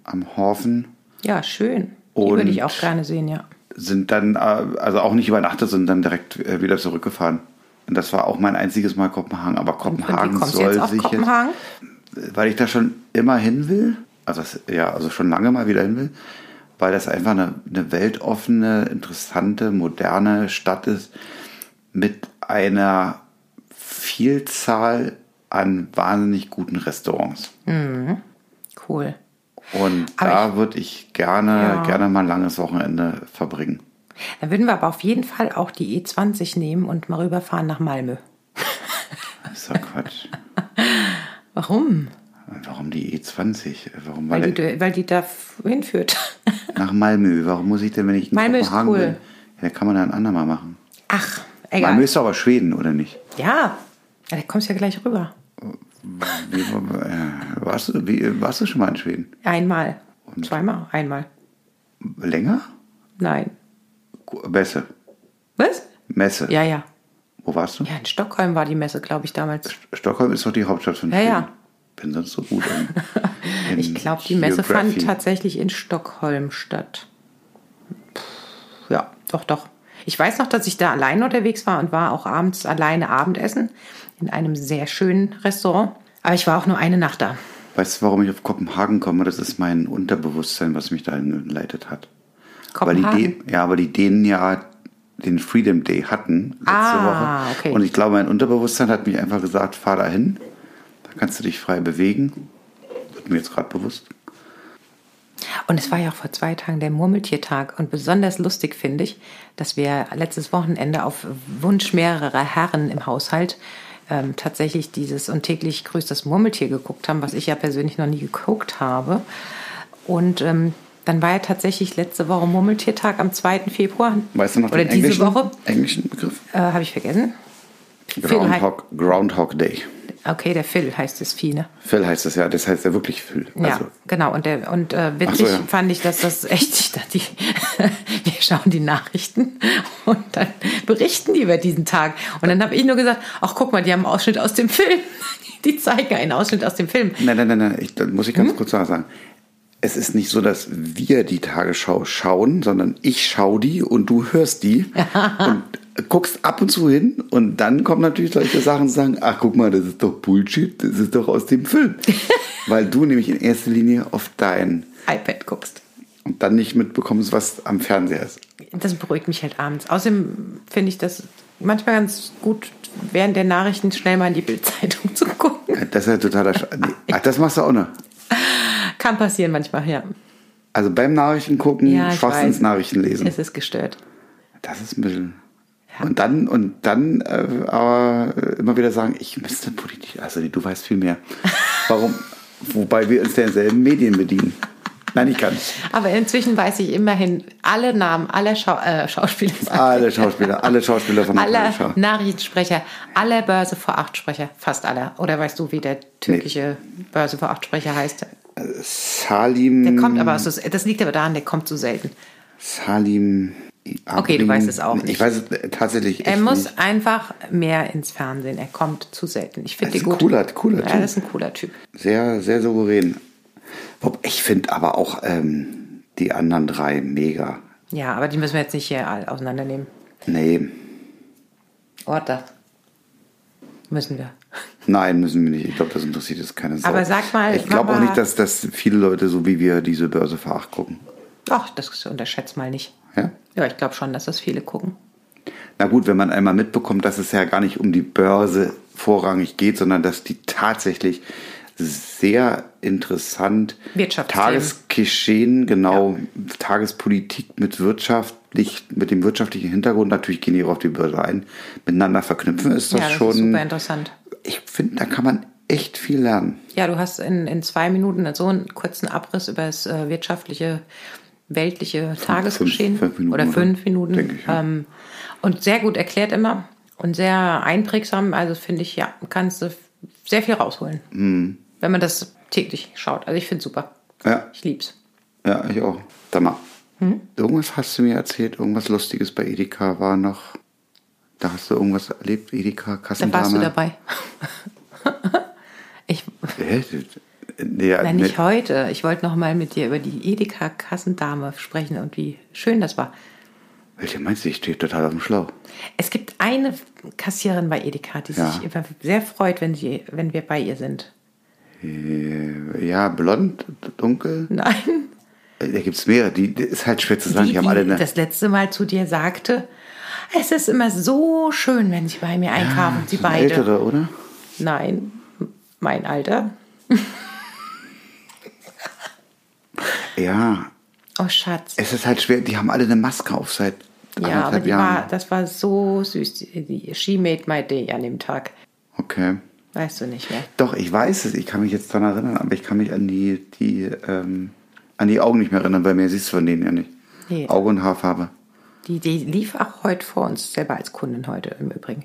Speaker 1: am Hafen.
Speaker 2: Ja, schön. Die
Speaker 1: Und-
Speaker 2: würde ich auch gerne sehen, ja.
Speaker 1: sind dann äh, also auch nicht übernachtet, sondern dann direkt äh, wieder zurückgefahren. Und das war auch mein einziges Mal Kopenhagen. Aber
Speaker 2: Und
Speaker 1: Kopenhagen
Speaker 2: wie kommst du
Speaker 1: soll
Speaker 2: jetzt auf
Speaker 1: sich
Speaker 2: Kopenhagen?
Speaker 1: jetzt, weil ich da schon immer hin will, also das, ja, also schon lange mal wieder hin will, weil das einfach eine, eine weltoffene, interessante, moderne Stadt ist mit einer Vielzahl an wahnsinnig guten Restaurants.
Speaker 2: Cool.
Speaker 1: Und
Speaker 2: Aber
Speaker 1: da würde ich gerne,
Speaker 2: Ja.
Speaker 1: gerne mal ein langes Wochenende verbringen.
Speaker 2: Dann würden wir aber auf jeden Fall auch die E20 nehmen und mal rüberfahren nach Malmö.
Speaker 1: Das ist doch Quatsch.
Speaker 2: Warum?
Speaker 1: Warum die E20? Warum
Speaker 2: Weil,
Speaker 1: weil
Speaker 2: die, weil die da f- hinführt.
Speaker 1: nach Malmö? Warum muss ich denn, wenn ich in
Speaker 2: Malmö ist
Speaker 1: Kopenhagen
Speaker 2: cool.
Speaker 1: bin? Ja, da kann man dann ein andermal machen.
Speaker 2: Ach, egal.
Speaker 1: Malmö ist doch aber Schweden, oder nicht?
Speaker 2: Ja, ja, da kommst du ja gleich rüber.
Speaker 1: Wie, äh, warst, du, wie, warst du schon mal in Schweden?
Speaker 2: Einmal. Zweimal, einmal.
Speaker 1: Länger?
Speaker 2: Nein.
Speaker 1: Gu- Messe.
Speaker 2: Was?
Speaker 1: Messe.
Speaker 2: Ja, ja.
Speaker 1: Wo warst du?
Speaker 2: Ja, in Stockholm war die Messe, glaube ich, damals.
Speaker 1: Stockholm ist doch die Hauptstadt von
Speaker 2: Ja,
Speaker 1: Schweden.
Speaker 2: ja.
Speaker 1: Bin sonst so gut. In, in
Speaker 2: Ich glaube, die Messe fand
Speaker 1: Geography.
Speaker 2: tatsächlich in Stockholm statt. Pff, ja, doch, doch. Ich weiß noch, dass ich da allein unterwegs war und war auch abends alleine Abendessen in einem sehr schönen Restaurant. Aber ich war auch nur eine Nacht da.
Speaker 1: Weißt du, warum ich auf Kopenhagen komme? Das ist mein Unterbewusstsein, was mich dahin geleitet hat. Weil die
Speaker 2: Kopenhagen.
Speaker 1: Dän- ja, aber die Dänen ja den Freedom Day hatten letzte
Speaker 2: Ah,
Speaker 1: Woche.
Speaker 2: okay.
Speaker 1: Und ich glaube, mein Unterbewusstsein hat mich einfach gesagt, fahr da hin, da kannst du dich frei bewegen. Wird mir jetzt gerade bewusst.
Speaker 2: Und es war ja auch vor zwei Tagen der Murmeltiertag. Und besonders lustig finde ich, dass wir letztes Wochenende auf Wunsch mehrerer Herren im Haushalt ähm, tatsächlich dieses und täglich grüßt das Murmeltier geguckt haben, was ich ja persönlich noch nie geguckt habe. Und ähm, dann war ja tatsächlich letzte Woche Murmeltiertag am 2. Februar.
Speaker 1: Weißt du noch
Speaker 2: Oder
Speaker 1: den
Speaker 2: diese
Speaker 1: englischen,
Speaker 2: Woche?
Speaker 1: englischen Begriff?
Speaker 2: Äh, habe ich vergessen. Phil hei-
Speaker 1: Groundhog, Groundhog Day.
Speaker 2: okay, der Phil heißt das Vieh, ne?
Speaker 1: Phil heißt es ja, das heißt ja wirklich Phil.
Speaker 2: Ja,
Speaker 1: Also,
Speaker 2: genau. Und, der, und äh,
Speaker 1: so,
Speaker 2: witzig
Speaker 1: ja.
Speaker 2: fand ich, dass das echt, ich dachte, die, wir schauen die Nachrichten und dann berichten die über diesen Tag. Und dann habe ich nur gesagt, ach guck mal, die haben einen Ausschnitt aus dem Film. Die zeigen einen Ausschnitt aus dem Film.
Speaker 1: nein, nein, nein, nein, ich, da muss ich
Speaker 2: Mhm.
Speaker 1: ganz kurz noch sagen. Es ist nicht so, dass wir die Tagesschau schauen, sondern ich schaue die und du hörst die und guckst ab und zu hin und dann kommen natürlich solche Sachen und sagen, ach guck mal, das ist doch Bullshit, das ist doch aus dem Film. Weil du nämlich in erster Linie auf dein
Speaker 2: iPad guckst.
Speaker 1: und dann nicht mitbekommst, was am Fernseher ist.
Speaker 2: Das beruhigt mich halt abends. Außerdem finde ich das manchmal ganz gut, während der Nachrichten schnell mal in die Bildzeitung zu gucken.
Speaker 1: Das ist ja totaler Sch nee. Ach, das machst du auch noch.
Speaker 2: Kann passieren manchmal, ja.
Speaker 1: Also beim Nachrichten gucken,
Speaker 2: Ja, ich
Speaker 1: Schwachsinns
Speaker 2: weiß.
Speaker 1: Nachrichten lesen.
Speaker 2: Es ist gestört.
Speaker 1: Das ist ein bisschen. Und dann, und dann äh, aber äh, immer wieder sagen, ich müsste Politik. Also nee, du weißt viel mehr. Warum? Wobei wir uns derselben Medien bedienen. Nein, ich kann.
Speaker 2: Aber inzwischen weiß ich immerhin alle Namen aller Schau äh, Schauspieler.
Speaker 1: Alle Schauspieler, alle Schauspieler von
Speaker 2: Alle
Speaker 1: Tagesschau.
Speaker 2: Nachrichtensprecher, alle Börse vor acht Sprecher, fast alle. Oder weißt du, wie der türkische Börse vor acht Sprecher heißt?
Speaker 1: Salim.
Speaker 2: Der kommt aber, aus, das liegt aber daran, der kommt so selten.
Speaker 1: Salim.
Speaker 2: Okay, du weißt es auch
Speaker 1: Ich
Speaker 2: nicht.
Speaker 1: weiß es äh, tatsächlich echt
Speaker 2: Er muss
Speaker 1: nicht.
Speaker 2: einfach mehr ins Fernsehen. Er kommt zu selten. Ich
Speaker 1: Das
Speaker 2: finde die
Speaker 1: ist ein
Speaker 2: gut.
Speaker 1: cooler, cooler
Speaker 2: ja,
Speaker 1: Typ.
Speaker 2: das ist ein cooler Typ.
Speaker 1: Sehr, sehr souverän. Wob- Ich finde aber auch ähm, die anderen drei mega.
Speaker 2: Ja, aber die müssen wir jetzt nicht hier all- auseinandernehmen.
Speaker 1: Nee,
Speaker 2: Orte. Müssen wir.
Speaker 1: nein, müssen wir nicht. Ich glaube, das interessiert jetzt keine Sau.
Speaker 2: Aber sag mal,
Speaker 1: Ich glaube auch
Speaker 2: Mama-
Speaker 1: nicht, dass, dass viele Leute, so wie wir, diese Börse veracht gucken.
Speaker 2: Ach, das unterschätzt mal nicht.
Speaker 1: Ja?
Speaker 2: Ja, ich glaube schon, dass das viele gucken.
Speaker 1: Na gut, wenn man einmal mitbekommt, dass es ja gar nicht um die Börse vorrangig geht, sondern dass die tatsächlich sehr interessant
Speaker 2: Wirtschaftsthemen.
Speaker 1: Tagesgeschehen, genau, Tagespolitik mit wirtschaftlich, mit dem wirtschaftlichen Hintergrund, natürlich gehen die auch auf die Börse ein, miteinander verknüpfen ist das,
Speaker 2: ja, das
Speaker 1: schon.
Speaker 2: ist super interessant.
Speaker 1: ich finde, da kann man echt viel lernen.
Speaker 2: Ja, du hast in, in zwei Minuten so einen kurzen Abriss über das äh, wirtschaftliche, weltliche Tagesgeschehen.
Speaker 1: fünf Minuten,
Speaker 2: oder fünf
Speaker 1: oder?
Speaker 2: Minuten.
Speaker 1: Denke ich, ja.
Speaker 2: ähm, und sehr gut erklärt immer und sehr einprägsam. Also finde ich, ja, kannst du f- sehr viel rausholen.
Speaker 1: Mhm.
Speaker 2: Wenn man das täglich schaut. Also ich finde super.
Speaker 1: Ja.
Speaker 2: Ich lieb's.
Speaker 1: Ja, ich auch. Sag mal,
Speaker 2: Hm?
Speaker 1: irgendwas hast du mir erzählt, irgendwas Lustiges bei Edeka war noch. Da hast du irgendwas erlebt, Edeka,
Speaker 2: Da
Speaker 1: Kassendame.
Speaker 2: warst du dabei. ich,
Speaker 1: Hä? Nee,
Speaker 2: nein,
Speaker 1: nee.
Speaker 2: nicht heute. Ich wollte noch mal mit dir über die Edeka-Kassendame sprechen und wie schön das war.
Speaker 1: Welche meinst du? Ich stehe total auf dem Schlauch.
Speaker 2: Es gibt eine Kassiererin bei Edeka, die
Speaker 1: Ja.
Speaker 2: sich immer sehr freut, wenn, sie, wenn wir bei ihr sind.
Speaker 1: Äh, Ja, blond, dunkel.
Speaker 2: Nein,
Speaker 1: Äh, Da gibt es mehrere. Die, die ist halt schwer zu sagen. Die,
Speaker 2: die,
Speaker 1: haben alle eine.
Speaker 2: das letzte Mal zu dir sagte, es ist immer so schön, wenn sie bei mir einkaufen, sie
Speaker 1: so eine
Speaker 2: beide.
Speaker 1: Ältere, oder?
Speaker 2: Nein, mein Alter.
Speaker 1: Ja,
Speaker 2: Oh Schatz.
Speaker 1: es ist halt schwer. Die haben alle eine Maske auf seit
Speaker 2: ja, aber
Speaker 1: anderthalb
Speaker 2: die war,
Speaker 1: Jahren.
Speaker 2: das war so süß. Die, die, she made my day an dem Tag.
Speaker 1: Okay.
Speaker 2: Weißt du nicht mehr.
Speaker 1: Doch, ich weiß es. Ich kann mich jetzt daran erinnern, aber ich kann mich an die, die, ähm, an die Augen nicht mehr erinnern, weil mehr siehst du von denen ja nicht.
Speaker 2: Nee.
Speaker 1: Auge und Haarfarbe.
Speaker 2: Die, die lief auch heute vor uns, selber als Kundin heute im Übrigen.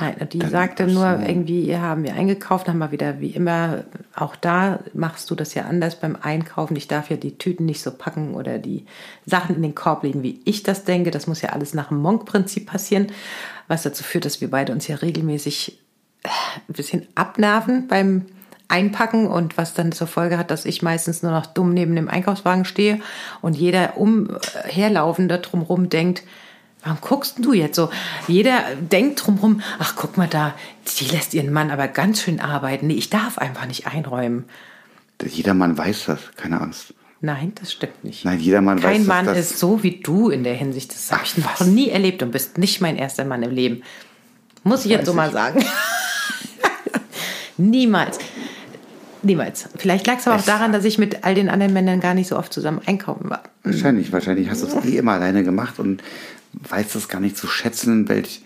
Speaker 2: Nein, und die
Speaker 1: Dann-
Speaker 2: sagte
Speaker 1: ach so.
Speaker 2: nur, irgendwie ihr haben wir eingekauft, haben wir wieder wie immer, auch da machst du das ja anders beim Einkaufen. Ich darf ja die Tüten nicht so packen oder die Sachen in den Korb legen, wie ich das denke. Das muss ja alles nach dem Monk-Prinzip passieren, was dazu führt, dass wir beide uns ja regelmäßig äh, ein bisschen abnerven beim einpacken und was dann zur Folge hat, dass ich meistens nur noch dumm neben dem Einkaufswagen stehe und jeder umherlaufende drumherum denkt, warum guckst denn du jetzt so? Jeder denkt drumherum, ach guck mal da, die lässt ihren Mann aber ganz schön arbeiten. Nee, ich darf einfach nicht einräumen.
Speaker 1: Jedermann weiß das, keine Angst.
Speaker 2: Nein, das stimmt nicht.
Speaker 1: Nein, jedermann weiß
Speaker 2: Kein
Speaker 1: dass
Speaker 2: Mann
Speaker 1: das.
Speaker 2: ist so wie du in der Hinsicht. Das habe
Speaker 1: Ach,
Speaker 2: ich noch
Speaker 1: was?
Speaker 2: nie erlebt und bist nicht mein erster Mann im Leben. Muss ich jetzt so
Speaker 1: Weiß
Speaker 2: mal
Speaker 1: ich.
Speaker 2: sagen. Niemals. Niemals. Vielleicht lag es aber auch
Speaker 1: Es-
Speaker 2: daran, dass ich mit all den anderen Männern gar nicht so oft zusammen einkaufen war.
Speaker 1: Wahrscheinlich, wahrscheinlich hast du es eh immer alleine gemacht und weißt es gar nicht zu schätzen, welch,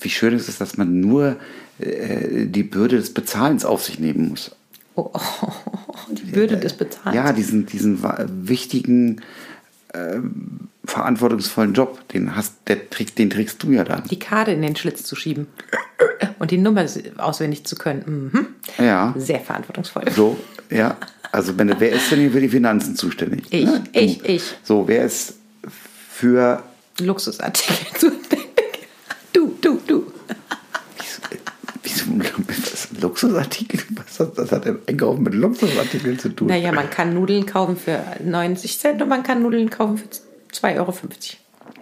Speaker 1: wie schön es ist, dass man nur äh, die Bürde des Bezahlens auf sich nehmen muss.
Speaker 2: Oh, oh, oh, oh, die Würde des Bezahlens.
Speaker 1: Ja, diesen, diesen wa- wichtigen, ähm, verantwortungsvollen Job, den, hast, der, trägst- den trägst du ja dann.
Speaker 2: Die Karte in den Schlitz zu schieben und die Nummer auswendig zu können. Mhm.
Speaker 1: Ja,
Speaker 2: Sehr verantwortungsvoll.
Speaker 1: so, ja. Also, wenn, wer ist denn hier für die Finanzen zuständig?
Speaker 2: Ich,
Speaker 1: Ne? Du.
Speaker 2: ich, ich.
Speaker 1: So, wer ist für
Speaker 2: Luxusartikel zu Du, du, du.
Speaker 1: Wieso das ist ein Luxusartikel? Was hat das hat ein Einkaufen mit Luxusartikeln zu tun?
Speaker 2: Naja, man kann Nudeln kaufen für 90 Cent und man kann Nudeln kaufen für 2,50 Euro.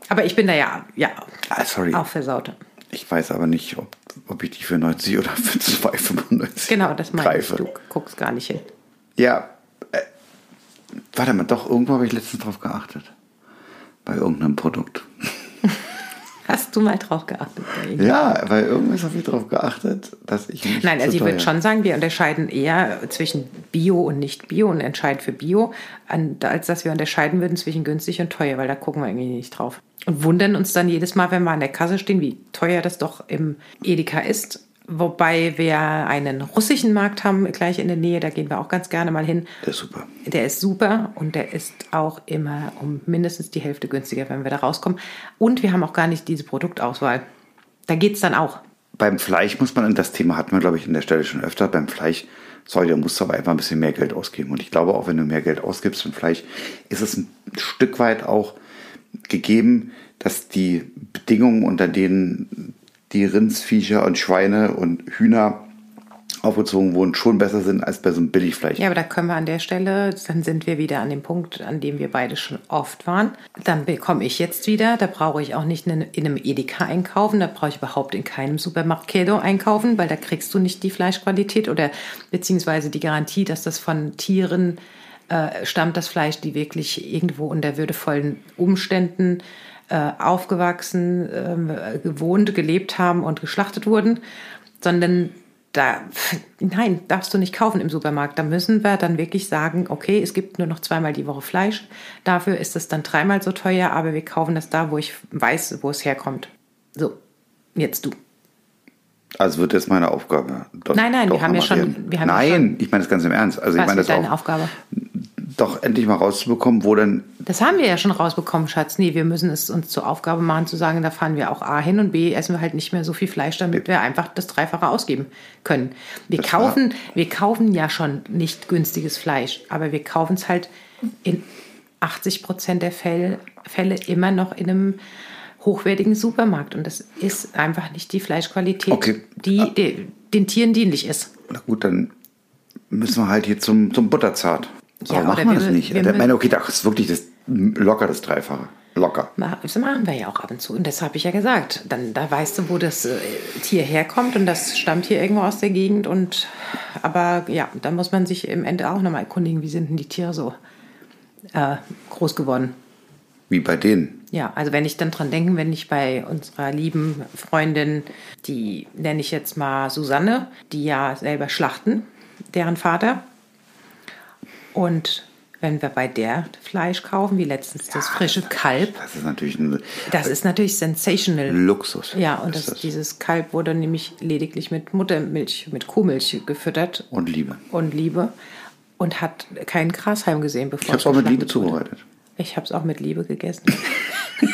Speaker 2: Aber ich bin da ja, ja
Speaker 1: Ah, sorry.
Speaker 2: auch versaut.
Speaker 1: Ich weiß aber nicht, ob, ob ich die für 90 oder für 2,95
Speaker 2: Genau, das meine ich.
Speaker 1: greife.
Speaker 2: Du guckst gar nicht hin.
Speaker 1: Ja. Äh, warte mal, doch, irgendwo habe ich letztens drauf geachtet. Bei irgendeinem Produkt.
Speaker 2: Hast du mal drauf geachtet? Berlin?
Speaker 1: Ja, weil irgendwas habe ich drauf geachtet, dass ich nicht
Speaker 2: Nein, also
Speaker 1: zu
Speaker 2: ich würde
Speaker 1: teuer-
Speaker 2: schon sagen, wir unterscheiden eher zwischen Bio und nicht Bio und entscheiden für Bio, an- als dass wir unterscheiden würden zwischen günstig und teuer, weil da gucken wir irgendwie nicht drauf. Und wundern uns dann jedes Mal, wenn wir an der Kasse stehen, wie teuer das doch im Edeka ist. Wobei wir einen russischen Markt haben, gleich in der Nähe, da gehen wir auch ganz gerne mal hin.
Speaker 1: Das ist super.
Speaker 2: Der ist super und der ist auch immer um mindestens die Hälfte günstiger, wenn wir da rauskommen. Und wir haben auch gar nicht diese Produktauswahl. Da geht es dann auch.
Speaker 1: Beim Fleisch muss man, und das Thema hatten wir, glaube ich, an der Stelle schon öfter, beim Fleisch, sorry, da musst du aber einfach ein bisschen mehr Geld ausgeben. Und ich glaube, auch wenn du mehr Geld ausgibst für Fleisch, ist es ein Stück weit auch gegeben, dass die Bedingungen, unter denen die Rindsviecher und Schweine und Hühner aufgezwungen wurden, schon besser sind als bei so einem Billigfleisch.
Speaker 2: Ja, aber da können wir an der Stelle, dann sind wir wieder an dem Punkt, an dem wir beide schon oft waren. Dann bekomme ich jetzt wieder, da brauche ich auch nicht in in einem Edeka einkaufen, da brauche ich überhaupt in keinem Supermercado einkaufen, weil da kriegst du nicht die Fleischqualität oder beziehungsweise die Garantie, dass das von Tieren äh, stammt, das Fleisch, die wirklich irgendwo unter würdevollen Umständen äh, aufgewachsen, äh, gewohnt, gelebt haben und geschlachtet wurden, sondern da, nein, darfst du nicht kaufen im Supermarkt. Da müssen wir dann wirklich sagen, okay, es gibt nur noch zweimal die Woche Fleisch. Dafür ist es dann dreimal so teuer, aber wir kaufen das da, wo ich weiß, wo es herkommt. So, jetzt du.
Speaker 1: Also wird das meine Aufgabe. Doch,
Speaker 2: Nein, nein,
Speaker 1: doch
Speaker 2: wir haben ja
Speaker 1: mal
Speaker 2: schon-
Speaker 1: reden.
Speaker 2: wir haben ja
Speaker 1: Nein,
Speaker 2: schon-
Speaker 1: ich meine das ganz im Ernst. Also ich
Speaker 2: Was
Speaker 1: meine
Speaker 2: ist
Speaker 1: das
Speaker 2: deine
Speaker 1: auch,
Speaker 2: Aufgabe?
Speaker 1: doch endlich mal rauszubekommen, wo dann
Speaker 2: Das haben wir ja schon rausbekommen, Schatz. Nee, wir müssen es uns zur Aufgabe machen, zu sagen, da fahren wir auch A hin und B essen wir halt nicht mehr so viel Fleisch, damit wir einfach das Dreifache ausgeben können. Wir
Speaker 1: Das war-
Speaker 2: kaufen, wir kaufen ja schon nicht günstiges Fleisch, aber wir kaufen es halt in 80 Prozent der Fälle, Fälle immer noch in einem hochwertigen Supermarkt. Und das ist einfach nicht die Fleischqualität,
Speaker 1: Okay. Ah.
Speaker 2: die, die den Tieren dienlich ist.
Speaker 1: Na gut, dann müssen wir halt hier zum, zum Butterzart. So
Speaker 2: Ja,
Speaker 1: machen
Speaker 2: oder
Speaker 1: wir
Speaker 2: wir
Speaker 1: das
Speaker 2: mü-
Speaker 1: nicht.
Speaker 2: wir
Speaker 1: Ich
Speaker 2: mü-
Speaker 1: meine, okay, das ist wirklich das, locker das Dreifache. Locker.
Speaker 2: Ma- Das machen wir ja auch ab und zu. Und das habe ich ja gesagt. Dann, da weißt du, wo das äh, Tier herkommt und das stammt hier irgendwo aus der Gegend. Und aber ja, da muss man sich im Ende auch nochmal erkundigen, wie sind denn die Tiere so äh, groß geworden.
Speaker 1: Wie bei denen.
Speaker 2: Ja, also wenn ich dann dran denke, wenn ich bei unserer lieben Freundin, die nenne ich jetzt mal Susanne, die ja selber schlachten, deren Vater. Und wenn wir bei der Fleisch kaufen, wie letztens das frische Kalb,
Speaker 1: Das ist natürlich ein
Speaker 2: das ist natürlich sensational.
Speaker 1: Luxus.
Speaker 2: Ja, und das,
Speaker 1: ist das.
Speaker 2: dieses Kalb wurde nämlich lediglich mit Muttermilch, mit Kuhmilch gefüttert
Speaker 1: Und Liebe.
Speaker 2: und Liebe und hat kein Grashalm gesehen, bevor
Speaker 1: Ich habe es auch mit Liebe
Speaker 2: geschlachtet wurde.
Speaker 1: zubereitet.
Speaker 2: Ich habe es auch mit Liebe gegessen.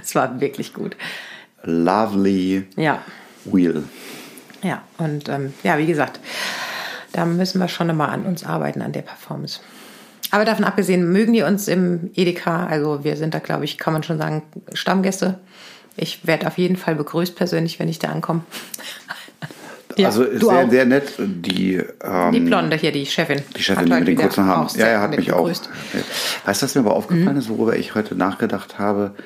Speaker 2: Es war wirklich gut.
Speaker 1: Lovely
Speaker 2: Ja,
Speaker 1: Wheel.
Speaker 2: ja. Und ähm, ja, wie gesagt, da müssen wir schon mal an uns arbeiten, an der Performance. Aber davon abgesehen, mögen die uns im Edeka, also wir sind da, glaube ich, kann man schon sagen, Stammgäste. Ich werde auf jeden Fall begrüßt persönlich, wenn ich da ankomme. Ja,
Speaker 1: also ist
Speaker 2: du
Speaker 1: sehr,
Speaker 2: auch.
Speaker 1: sehr nett. Die, ähm,
Speaker 2: Die Blonde hier, die Chefin.
Speaker 1: die Chefin
Speaker 2: heute
Speaker 1: mit den
Speaker 2: wieder
Speaker 1: kurzen Haaren.
Speaker 2: auch
Speaker 1: Ja,
Speaker 2: sehr Mhm.
Speaker 1: ja, hat
Speaker 2: nett
Speaker 1: mich auch.
Speaker 2: begrüßt.
Speaker 1: Weißt du, was mir aber aufgefallen ist, worüber ich heute nachgedacht habe?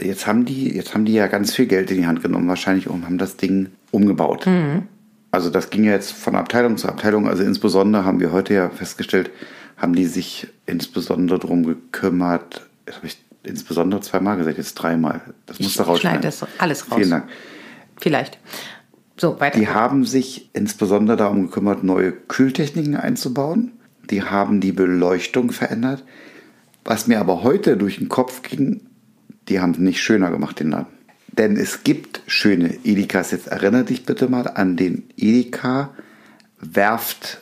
Speaker 1: Jetzt haben, die, jetzt haben die ja ganz viel Geld in die Hand genommen, wahrscheinlich, und haben das Ding umgebaut.
Speaker 2: Mhm.
Speaker 1: Also, das ging ja jetzt von Abteilung zu Abteilung. Also, insbesondere haben wir heute ja festgestellt, haben die sich insbesondere darum gekümmert. Das habe ich insbesondere zweimal gesagt, jetzt dreimal. Das
Speaker 2: Ich
Speaker 1: musst du rausschneiden.
Speaker 2: schneide das alles raus.
Speaker 1: Vielen Dank.
Speaker 2: Vielleicht. So, weiter.
Speaker 1: Die haben sich insbesondere darum gekümmert, neue Kühltechniken einzubauen. Die haben die Beleuchtung verändert. Was mir aber heute durch den Kopf ging, die haben es nicht schöner gemacht, den Laden. Denn es gibt schöne Edekas. Jetzt erinnere dich bitte mal an den Edeka Werft,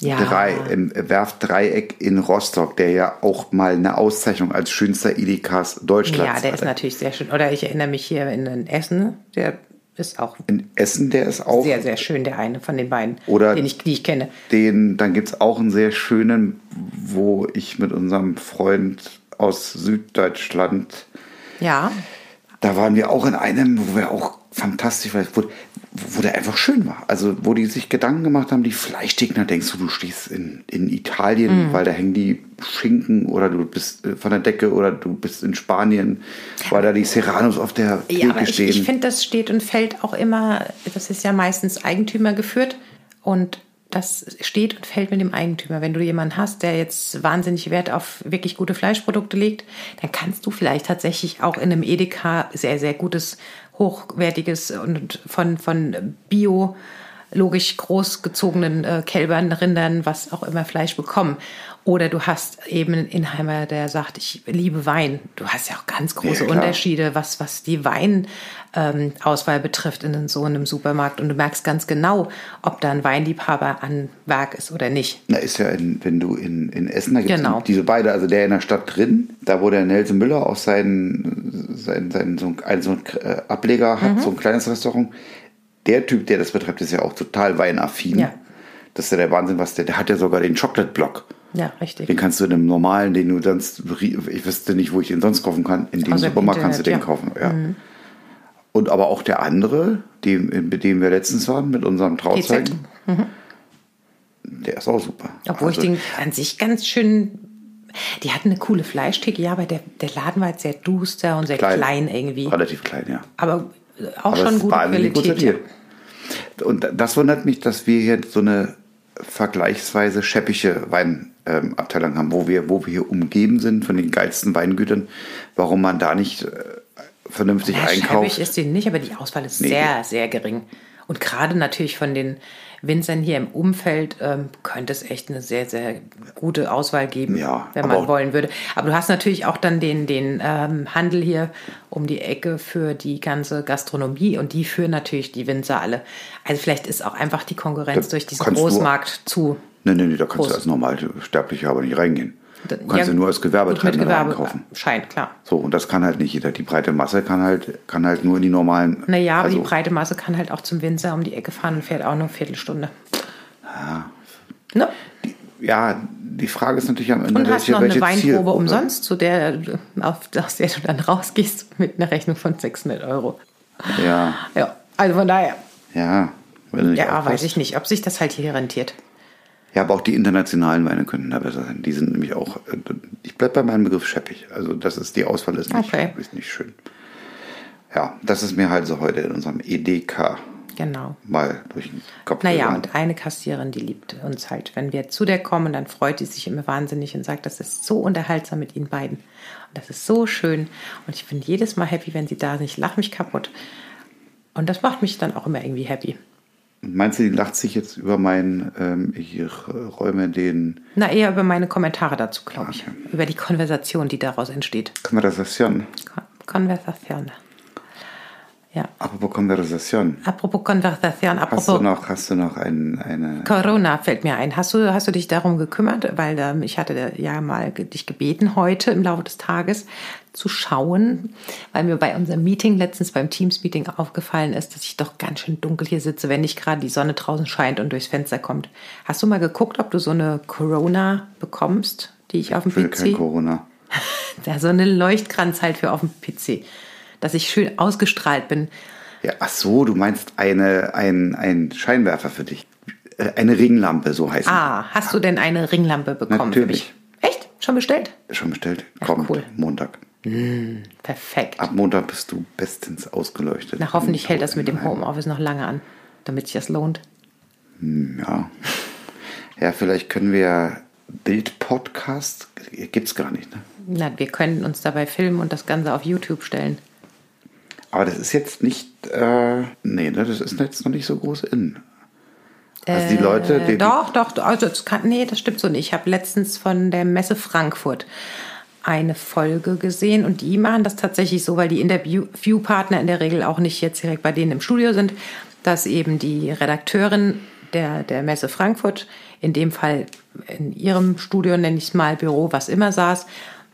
Speaker 2: Ja.
Speaker 1: drei, im äh, Werft Dreieck in Rostock, der ja auch mal eine Auszeichnung als schönster Edekas Deutschlands
Speaker 2: Ja, der ist
Speaker 1: hatte.
Speaker 2: natürlich sehr schön. Oder ich erinnere mich hier in den Essen, der ist auch
Speaker 1: In Essen, der ist auch
Speaker 2: sehr, sehr schön, der eine von den beiden,
Speaker 1: Oder-
Speaker 2: den ich, die ich kenne.
Speaker 1: den, dann gibt es auch einen sehr schönen, wo ich mit unserem Freund aus Süddeutschland,
Speaker 2: Ja,
Speaker 1: da waren wir auch in einem, wo wir auch fantastisch, weil- wo, wo der einfach schön war. Also wo die sich Gedanken gemacht haben, die Fleischthekner, denkst du, du stehst in, in Italien,
Speaker 2: Mhm.
Speaker 1: weil da hängen die Schinken oder du bist äh, von der Decke oder du bist in Spanien, weil da die Serranos auf der Theke
Speaker 2: ja aber ich,
Speaker 1: stehen.
Speaker 2: ich finde, das steht und fällt auch immer, das ist ja meistens Eigentümer geführt und das steht und fällt mit dem Eigentümer. Wenn du jemanden hast, der jetzt wahnsinnig Wert auf wirklich gute Fleischprodukte legt, dann kannst du vielleicht tatsächlich auch in einem Edeka sehr, sehr gutes, hochwertiges und von, von Bio logisch großgezogenen äh, Kälbern, Rindern, was auch immer Fleisch bekommen. Oder du hast eben einen Inheimer, der sagt, ich liebe Wein. Du hast ja auch ganz große
Speaker 1: Ja, klar.
Speaker 2: Unterschiede, was, was die Weinauswahl ähm, Auswahl betrifft in so einem Supermarkt. Und du merkst ganz genau, ob da ein Weinliebhaber an Werk ist oder nicht.
Speaker 1: Na, ist ja, in, wenn du in, in Essen, da gibt es
Speaker 2: Genau.
Speaker 1: diese beide, also der in der Stadt drin, da wo der Nelson Müller auch seinen, seinen, seinen so ein- einen, so einen äh, Ableger hat,
Speaker 2: Mhm.
Speaker 1: so ein kleines Restaurant, der Typ, der das betreibt, ist ja auch total weinaffin.
Speaker 2: Ja.
Speaker 1: Das ist ja der Wahnsinn, was der, der hat ja sogar den Chocolate Block.
Speaker 2: Ja, richtig.
Speaker 1: Den kannst du in einem normalen, den du sonst, ich wüsste nicht, wo ich den sonst kaufen kann, in dem
Speaker 2: Außer im Mhm.
Speaker 1: Supermarkt kannst du den
Speaker 2: Internet, ja.
Speaker 1: kaufen. Ja. Und aber auch der andere, dem, mit dem wir letztens waren, mit unserem Trauzeugen. Der ist auch super.
Speaker 2: Mhm. Obwohl ich
Speaker 1: Also
Speaker 2: den an sich ganz schön. Die hatten eine coole Fleischtheke, ja, aber der, der Laden war jetzt sehr duster und sehr klein, irgendwie.
Speaker 1: Relativ klein, ja.
Speaker 2: Aber auch
Speaker 1: es
Speaker 2: schon gute
Speaker 1: war eine
Speaker 2: Qualität. Ja.
Speaker 1: Deal. Und das wundert mich, dass wir hier so eine vergleichsweise schäppische Weinabteilung haben, wo wir, wo wir hier umgeben sind von den geilsten Weingütern. Warum man da nicht äh, vernünftig
Speaker 2: Ja, schäbig
Speaker 1: einkauft.
Speaker 2: ist die nicht, aber die Auswahl ist sehr, sehr gering. Und gerade natürlich von den Winzern hier im Umfeld ähm, könnte es echt eine sehr, sehr gute Auswahl geben,
Speaker 1: Ja,
Speaker 2: wenn
Speaker 1: aber
Speaker 2: man
Speaker 1: auch-
Speaker 2: wollen würde. Aber du hast natürlich auch dann den, den ähm, Handel hier um die Ecke für die ganze Gastronomie und die führen natürlich die Winzer alle. Also vielleicht ist auch einfach die Konkurrenz
Speaker 1: Da
Speaker 2: durch diesen
Speaker 1: kannst du-
Speaker 2: Großmarkt zu.
Speaker 1: Nee, nee, nee, da kannst du
Speaker 2: Prost.
Speaker 1: als normal Sterblicher aber nicht reingehen. Du kannst ja,
Speaker 2: Ja,
Speaker 1: nur als
Speaker 2: Gut, mit
Speaker 1: Gewerbetreibender
Speaker 2: Gewerbe
Speaker 1: einkaufen.
Speaker 2: scheint, klar.
Speaker 1: So, und das kann halt nicht jeder. Die breite Masse kann halt, kann halt nur in die normalen.
Speaker 2: Naja, aber die
Speaker 1: also,
Speaker 2: breite Masse kann halt auch zum Winzer um die Ecke fahren und fährt auch nur eine Viertelstunde.
Speaker 1: Ah.
Speaker 2: Ne?
Speaker 1: Ja, die Frage ist natürlich am Ende,
Speaker 2: Und hast
Speaker 1: welche,
Speaker 2: noch eine
Speaker 1: welche
Speaker 2: Weinprobe
Speaker 1: Zielgruppe.
Speaker 2: umsonst, zu der, du- auf, aus der du dann rausgehst mit einer Rechnung von 600 Euro.
Speaker 1: Ja,
Speaker 2: Ja, also von daher,
Speaker 1: ja. Wenn du nicht
Speaker 2: ja,
Speaker 1: aufpasst.
Speaker 2: weiß ich nicht, ob sich das halt hier rentiert.
Speaker 1: Ja, aber auch die internationalen Weine könnten da besser sein. Die sind nämlich auch. äh, Ich bleib bei meinem Begriff scheppig. Also das ist die Auswahl ist nicht,
Speaker 2: Okay.
Speaker 1: ist nicht schön. Ja, das ist mir halt so heute in unserem EDK
Speaker 2: Genau.
Speaker 1: mal durch den Kopf
Speaker 2: Naja,
Speaker 1: gegangen.
Speaker 2: und eine Kassiererin, die liebt uns halt. Wenn wir zu der kommen, dann freut die sich immer wahnsinnig und sagt, das ist so unterhaltsam mit ihnen beiden. Und das ist so schön. Und ich bin jedes Mal happy, wenn sie da sind. Ich lache mich kaputt. Und das macht mich dann auch immer irgendwie happy.
Speaker 1: Meinst du, die lacht sich jetzt über meinen, ähm, ich räume den.
Speaker 2: Na, eher über meine Kommentare dazu, glaube ich.
Speaker 1: Okay.
Speaker 2: Über die Konversation, die daraus entsteht.
Speaker 1: Konversation.
Speaker 2: Kon- Konversation. Ja,
Speaker 1: Apropos Konversation.
Speaker 2: apropos Konversation,
Speaker 1: Hast
Speaker 2: apropos
Speaker 1: du noch, hast du noch ein, eine.
Speaker 2: Corona fällt mir ein. Hast du, hast du dich darum gekümmert? Weil ähm, ich hatte ja mal ge- dich gebeten, heute im Laufe des Tages zu schauen, weil mir bei unserem Meeting letztens beim Teams-Meeting aufgefallen ist, dass ich doch ganz schön dunkel hier sitze, wenn nicht gerade die Sonne draußen scheint und durchs Fenster kommt. Hast du mal geguckt, ob du so eine Corona bekommst, die ich auf dem
Speaker 1: Ich will kein
Speaker 2: PC
Speaker 1: Corona.
Speaker 2: Ja, so eine Leuchtkranz halt für auf dem PC. Dass ich schön ausgestrahlt bin.
Speaker 1: Ja, ach so, du meinst eine, ein, ein Scheinwerfer für dich. Äh, Eine Ringlampe, so heißt
Speaker 2: Ah, hast du denn eine Ringlampe bekommen
Speaker 1: Natürlich.
Speaker 2: für mich? Echt? Schon bestellt?
Speaker 1: Schon bestellt? Kommt
Speaker 2: cool.
Speaker 1: Montag.
Speaker 2: Perfekt.
Speaker 1: Ab Montag bist du bestens ausgeleuchtet.
Speaker 2: Na, hoffentlich
Speaker 1: Und
Speaker 2: hält das mit dem
Speaker 1: nein.
Speaker 2: Homeoffice noch lange an, damit sich das lohnt.
Speaker 1: Ja. Ja, vielleicht können wir Bild-Podcast. Gibt's gar nicht, ne?
Speaker 2: Na, wir können uns dabei filmen und das Ganze auf YouTube stellen.
Speaker 1: Aber das ist jetzt nicht. Äh, nee, ne, das ist jetzt noch nicht so groß in. Also die Leute, die,
Speaker 2: Äh, doch, doch, also das kann, nee, das stimmt so nicht. Ich habe letztens von der Messe Frankfurt eine Folge gesehen und die machen das tatsächlich so, weil die Interviewpartner in der Regel auch nicht jetzt direkt bei denen im Studio sind, dass eben die Redakteurin der, der Messe Frankfurt, in dem Fall in ihrem Studio, nenne ich es mal Büro, was immer saß,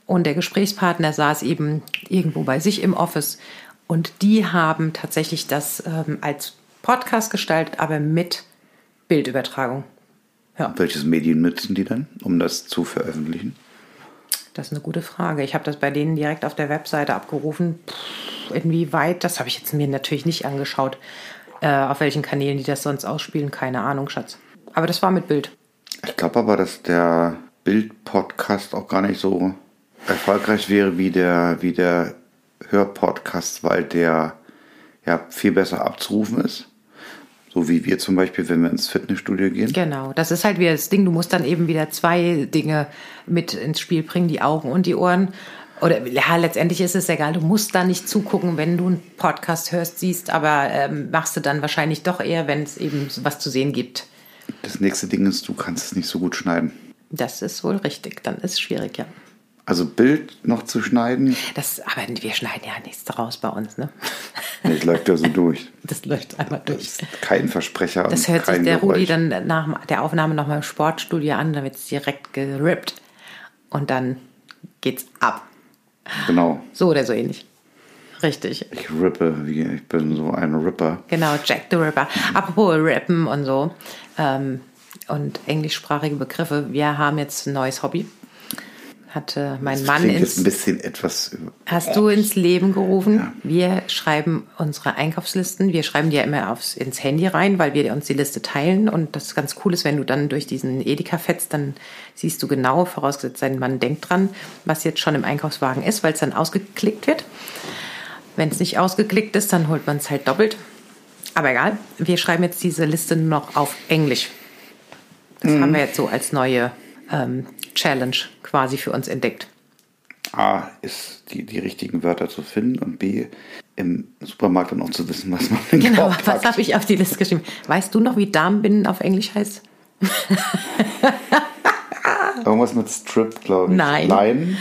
Speaker 2: und der Gesprächspartner saß eben irgendwo bei sich im Office und die haben tatsächlich das ähm, als Podcast gestaltet, aber mit Bildübertragung. Ja,
Speaker 1: welches Medien nutzen die dann, um das zu veröffentlichen?
Speaker 2: das ist eine gute Frage. Ich habe das bei denen direkt auf der Webseite abgerufen. Pff, inwieweit, das habe ich jetzt mir natürlich nicht angeschaut, äh, auf welchen Kanälen die das sonst ausspielen. Keine Ahnung, Schatz. Aber das war mit Bild.
Speaker 1: Ich glaube aber, dass der Bild-Podcast auch gar nicht so erfolgreich wäre wie der, wie der Hör-Podcast, weil der ja viel besser abzurufen ist. So wie wir zum Beispiel, wenn wir ins Fitnessstudio gehen.
Speaker 2: Genau, das ist halt wieder das Ding. Du musst dann eben wieder zwei Dinge mit ins Spiel bringen, die Augen und die Ohren. Oder ja, letztendlich ist es egal, du musst da nicht zugucken, wenn du einen Podcast hörst, siehst, aber ähm, machst du dann wahrscheinlich doch eher, wenn es eben was zu sehen gibt.
Speaker 1: Das nächste Ding ist, du kannst es nicht so gut schneiden.
Speaker 2: Das ist wohl richtig, dann ist es schwierig, ja.
Speaker 1: Also Bild noch zu schneiden,
Speaker 2: Das, aber wir schneiden ja nichts daraus bei uns, ne?
Speaker 1: das läuft ja so durch.
Speaker 2: Das läuft einmal durch.
Speaker 1: Kein Versprecher
Speaker 2: Das
Speaker 1: und
Speaker 2: hört sich
Speaker 1: kein
Speaker 2: der Rudi
Speaker 1: Geräusch.
Speaker 2: dann nach der Aufnahme nochmal im Sportstudio an, dann wird es direkt gerippt. Und dann geht's ab.
Speaker 1: Genau.
Speaker 2: So oder so ähnlich. Richtig.
Speaker 1: Ich rippe, wie ich bin so ein Ripper.
Speaker 2: Genau, Jack the Ripper. Apropos Rappen und so ähm, und englischsprachige Begriffe. Wir haben jetzt ein neues Hobby. hatte mein
Speaker 1: Das
Speaker 2: Mann
Speaker 1: klingt jetzt
Speaker 2: ins
Speaker 1: ein bisschen etwas. über-
Speaker 2: Hast du ins Leben gerufen?
Speaker 1: Ja.
Speaker 2: Wir schreiben unsere Einkaufslisten. Wir schreiben die ja immer aufs, ins Handy rein, weil wir uns die Liste teilen. Und das ganz cool ist, wenn du dann durch diesen Edeka fetzt, dann siehst du genau, vorausgesetzt dein Mann denkt dran, was jetzt schon im Einkaufswagen ist, weil es dann ausgeklickt wird. Wenn es nicht ausgeklickt ist, dann holt man es halt doppelt. Aber egal, wir schreiben jetzt diese Liste nur noch auf Englisch. Das haben wir jetzt so als neue ähm, Challenge quasi für uns entdeckt.
Speaker 1: A, ist die, die richtigen Wörter zu finden und B, im Supermarkt dann auch zu wissen, was man in den
Speaker 2: Genau,
Speaker 1: Korb
Speaker 2: was
Speaker 1: packt.
Speaker 2: habe ich auf die Liste geschrieben? Weißt du noch, wie Darmbinden auf Englisch heißt?
Speaker 1: Irgendwas mit Strip, glaube ich.
Speaker 2: Nein.
Speaker 1: Line,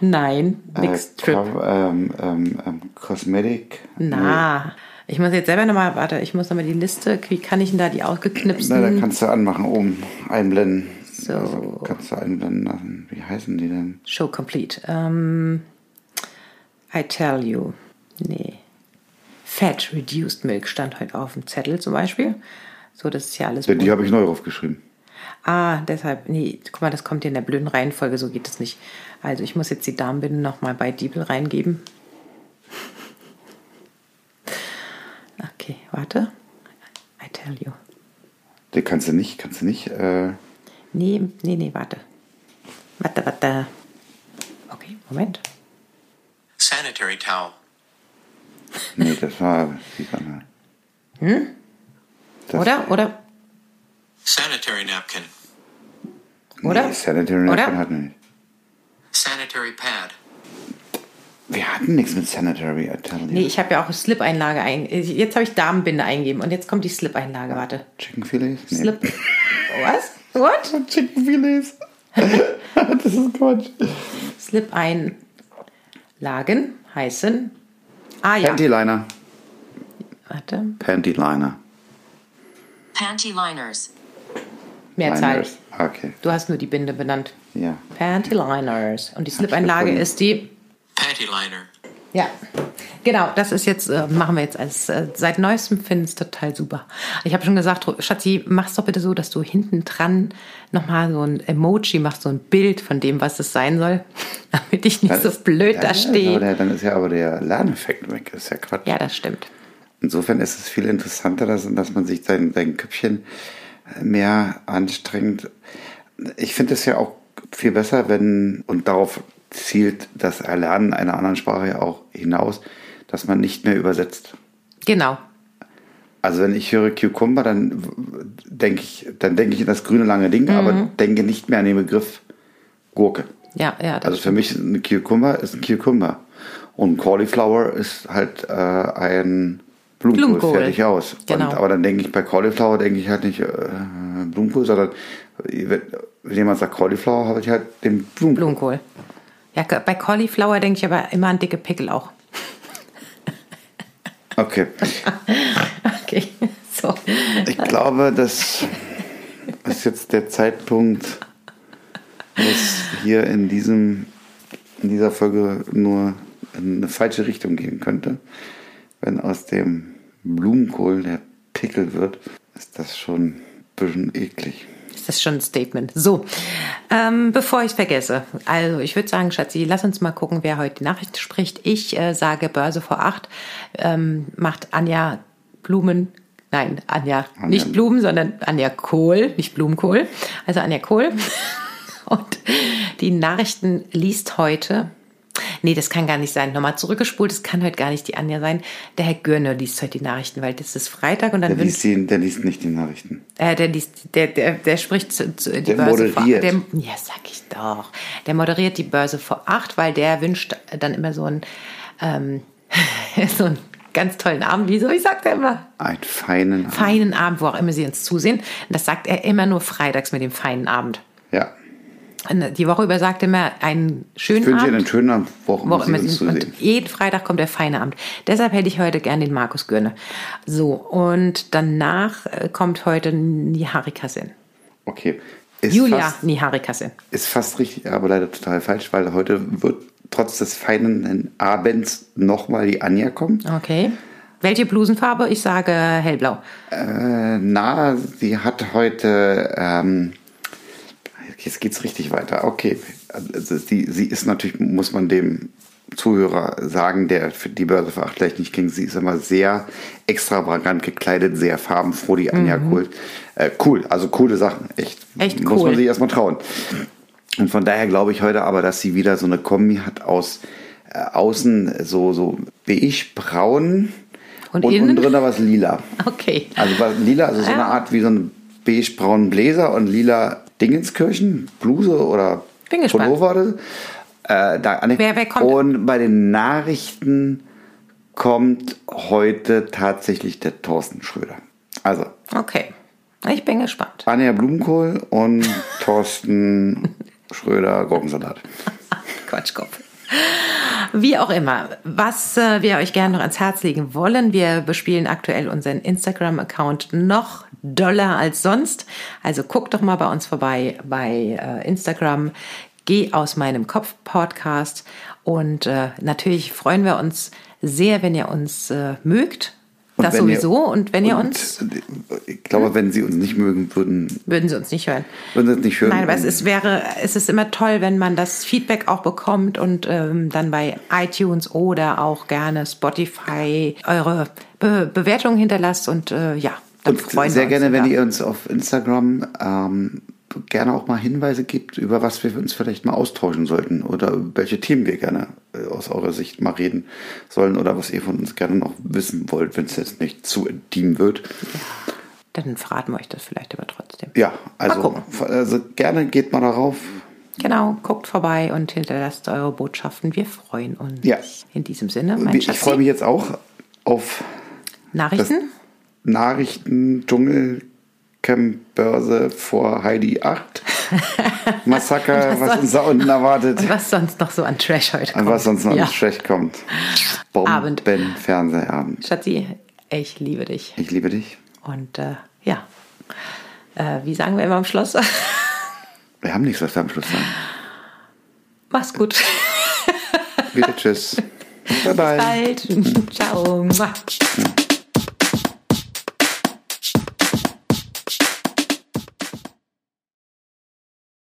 Speaker 2: Nein,
Speaker 1: äh,
Speaker 2: nix Trip.
Speaker 1: Cover, ähm, ähm, ähm, Cosmetic.
Speaker 2: Na, ich muss jetzt selber nochmal, warte, ich muss nochmal die Liste, wie kann ich denn da die
Speaker 1: Na, da
Speaker 2: ausgeknipsten?
Speaker 1: kannst du anmachen, oben einblenden.
Speaker 2: So.
Speaker 1: Also kannst du einblenden lassen. Wie heißen die denn?
Speaker 2: Show complete. Ähm, I tell you. Nee. Fat Reduced Milk stand heute auf dem Zettel zum Beispiel. So, das ist ja alles.
Speaker 1: Ja, die habe ich neu draufgeschrieben.
Speaker 2: Ah, deshalb, nee, guck mal, das kommt hier in der blöden Reihenfolge, so geht es nicht. Also ich muss jetzt die Darmbinden nochmal bei Diebel reingeben. Okay, warte. I tell you.
Speaker 1: Die kannst du nicht, kannst du nicht. Äh,
Speaker 2: Nee, nee, nee, warte. Warte, warte. Okay, Moment.
Speaker 3: Sanitary towel.
Speaker 1: nee, das war die andere. Hm? Das,
Speaker 2: Oder? Oder?
Speaker 3: Sanitary napkin.
Speaker 1: Nee,
Speaker 2: oder?
Speaker 1: Sanitary
Speaker 2: Oder?
Speaker 1: Napkin hatten wir nicht.
Speaker 3: Sanitary pad.
Speaker 1: Wir hatten nichts mit Sanitary, I tell you.
Speaker 2: Nee, ich habe ja auch Slip-Einlage ein. Jetzt habe ich Darmbinde eingeben und jetzt kommt die Slip-Einlage, warte.
Speaker 1: Chicken Filets? Nee.
Speaker 2: Slip. Was? What?
Speaker 1: Chicken Filets. das ist Quatsch.
Speaker 2: Slip-Einlagen heißen. Ah ja.
Speaker 1: Pantyliner.
Speaker 2: Warte.
Speaker 1: Pantyliner.
Speaker 4: Panty liners.
Speaker 2: Mehrzahl.
Speaker 1: Liners. Okay,
Speaker 2: Du hast nur die Binde benannt.
Speaker 1: ja.
Speaker 2: Pantyliners. Und die Slip-Einlage
Speaker 1: gefunden.
Speaker 2: ist die.
Speaker 3: Panty liner.
Speaker 2: Ja. Genau, das ist jetzt, äh, machen wir jetzt als, äh, seit neuestem finde ich es total super. Ich habe schon gesagt, Ro- Schatzi, mach's doch bitte so, dass du hinten dran nochmal so ein Emoji machst, so ein Bild von dem, was es sein soll, damit ich nicht so blöd
Speaker 1: ja,
Speaker 2: da
Speaker 1: aber
Speaker 2: stehe.
Speaker 1: der- Dann ist ja aber der Lerneffekt weg. Ist ja Quatsch.
Speaker 2: Ja, das stimmt.
Speaker 1: Insofern ist es viel interessanter, dass, dass man sich sein, sein Köpfchen mehr anstrengt. Ich finde es ja auch viel besser, wenn, und darauf zielt das Erlernen einer anderen Sprache ja auch hinaus, dass man nicht mehr übersetzt.
Speaker 2: Genau.
Speaker 1: Also wenn ich höre Cucumber, dann denke ich, dann denke ich in das grüne lange Ding, aber
Speaker 2: Mhm.
Speaker 1: denke nicht mehr an den Begriff Gurke.
Speaker 2: Ja, ja. Das,
Speaker 1: Also für mich ist ein Cucumber ist ein Cucumber. Und Cauliflower ist halt äh, ein Blumenkohl,
Speaker 2: Blumenkohl.
Speaker 1: fertig aus.
Speaker 2: Genau.
Speaker 1: Und, aber dann denke ich bei Cauliflower denke ich halt nicht äh, Blumenkohl, sondern äh, wenn wenn jemand sagt Cauliflower, habe ich halt den Blumenkohl.
Speaker 2: Blumenkohl. Ja, bei Cauliflower denke ich aber immer an dicke Pickel auch.
Speaker 1: Okay.
Speaker 2: Okay, so.
Speaker 1: Ich glaube, das ist jetzt der Zeitpunkt, wo es hier in diesem in dieser Folge nur in eine falsche Richtung gehen könnte. Wenn aus dem Blumenkohl der Pickel wird, ist das schon ein bisschen eklig.
Speaker 2: Das ist schon ein Statement. So, ähm, bevor ich es vergesse, also ich würde sagen, Schatzi, lass uns mal gucken, wer heute die Nachricht spricht. Ich äh, sage Börse vor acht, ähm, macht Anja Blumen, nein, Anja, nicht Blumen, sondern Anja Kohl, nicht Blumenkohl, also Anja Kohl. Und die Nachrichten liest heute, nee, das kann gar nicht sein, nochmal zurückgespult, das kann heute gar nicht die Anja sein. Der Herr Görne liest heute die Nachrichten, weil das ist Freitag und dann
Speaker 1: Der
Speaker 2: wünscht-
Speaker 1: liest, die, der liest nicht die Nachrichten.
Speaker 2: äh, der, liest, der, der, der spricht zu, zu, die
Speaker 1: Der
Speaker 2: Börse vor
Speaker 1: moderiert.
Speaker 2: Der, ja, sag ich doch. Der moderiert die Börse vor acht, weil der wünscht dann immer so einen, ähm, so einen ganz tollen Abend. Wieso? Ich sag der immer
Speaker 1: Ein feinen
Speaker 2: feinen Abend, wo auch immer sie uns zusehen. Und das sagt er immer nur freitags mit dem feinen Abend.
Speaker 1: Ja.
Speaker 2: Und die Woche über sagt er immer einen schönen
Speaker 1: Ich wünsche
Speaker 2: Abend.
Speaker 1: Ihnen einen schönen Abend, wo auch
Speaker 2: Wo
Speaker 1: immer
Speaker 2: auch
Speaker 1: Sie
Speaker 2: immer
Speaker 1: uns
Speaker 2: sie und
Speaker 1: zusehen.
Speaker 2: jeden Freitag kommt der feine Abend. Deshalb hätte ich heute gern den Markus Gürne. So, und danach äh, kommt heute Niharikasin.
Speaker 1: Okay. Ist
Speaker 2: Julia
Speaker 1: fast-
Speaker 2: Niharikasin.
Speaker 1: Ist fast richtig, aber leider total falsch, weil heute wird trotz des feinen Abends nochmal die Anja kommen.
Speaker 2: Okay. Welche Blusenfarbe? Ich sage hellblau.
Speaker 1: Äh, na, sie hat heute ähm, Jetzt geht's richtig weiter. Okay. Also sie, sie ist natürlich, muss man dem Zuhörer sagen, der für die Börse für acht vielleicht nicht ging, sie ist immer sehr extravagant gekleidet, sehr farbenfroh, die Anja cool. Äh, cool, also coole Sachen. Echt,
Speaker 2: Mhm. Echt
Speaker 1: Muss
Speaker 2: cool.
Speaker 1: man sich erstmal trauen. Und von daher glaube ich heute aber, dass sie wieder so eine Kombi hat aus äh, außen so, so beige, braun
Speaker 2: Und
Speaker 1: und, und
Speaker 2: innen?
Speaker 1: drin was lila.
Speaker 2: Okay.
Speaker 1: Also war lila, also so eine Art wie so ein beige-braunen Bläser und lila Dingenskirchen, Bluse oder
Speaker 2: Bin gespannt.
Speaker 1: Pullover. Oder so. äh, da, nee.
Speaker 2: Wer- wer kommt?
Speaker 1: Und bei den Nachrichten kommt heute tatsächlich der Thorsten Schröder. Also
Speaker 2: Okay. Ich bin gespannt.
Speaker 1: Anja Blumenkohl und Thorsten Schröder Gurkensalat.
Speaker 2: Quatschkopf. Wie auch immer, was äh, wir euch gerne noch ans Herz legen wollen, wir bespielen aktuell unseren Instagram-Account noch doller als sonst. Also guckt doch mal bei uns vorbei bei äh, Instagram. Geh aus meinem Kopf Podcast. Und äh, natürlich freuen wir uns sehr, wenn ihr uns äh, mögt.
Speaker 1: Und
Speaker 2: das
Speaker 1: wenn ihr-
Speaker 2: sowieso. und wenn ihr uns,
Speaker 1: Ich glaube, wenn sie uns nicht mögen würden,
Speaker 2: würden sie uns nicht hören.
Speaker 1: würden sie es nicht hören.
Speaker 2: Nein, aber es
Speaker 1: Und-
Speaker 2: ist, wäre, es ist immer toll, wenn man das Feedback auch bekommt und ähm, dann bei iTunes oder auch gerne Spotify eure Be Bewertungen hinterlasst und äh, ja, dann
Speaker 1: Und
Speaker 2: freuen
Speaker 1: sehr
Speaker 2: wir uns.
Speaker 1: gerne, wenn
Speaker 2: sogar.
Speaker 1: ihr uns auf Instagram ähm, gerne auch mal Hinweise gibt, über was wir uns vielleicht mal austauschen sollten oder über welche Themen wir gerne äh, aus eurer Sicht mal reden sollen oder was ihr von uns gerne noch wissen wollt, wenn es jetzt nicht zu intim wird.
Speaker 2: Dann verraten wir euch das vielleicht aber trotzdem.
Speaker 1: Ja,
Speaker 2: Mal
Speaker 1: also,
Speaker 2: gucken.
Speaker 1: also gerne geht mal darauf.
Speaker 2: Genau, guckt vorbei und hinterlasst eure Botschaften. Wir freuen uns.
Speaker 1: Ja.
Speaker 2: In diesem Sinne, mein
Speaker 1: Ich
Speaker 2: Schatzi,
Speaker 1: freue mich jetzt auch auf
Speaker 2: Nachrichten?
Speaker 1: Nachrichten, Dschungel, Camp, Börse vor Heidi 8. Massaker, was uns da unten erwartet.
Speaker 2: Und was sonst noch so an Trash heute kommt.
Speaker 1: An was sonst noch
Speaker 2: ja.
Speaker 1: nicht schlecht kommt.
Speaker 2: Abend.
Speaker 1: Bomben, Fernsehabend.
Speaker 2: Schatzi, ich liebe dich.
Speaker 1: Ich liebe dich.
Speaker 2: Und äh, ja, äh, wie sagen wir immer am Schluss?
Speaker 1: Wir haben nichts, was wir am Schluss sagen.
Speaker 2: Mach's gut.
Speaker 1: Wieder tschüss. Bye bye.
Speaker 2: Bald. Ciao.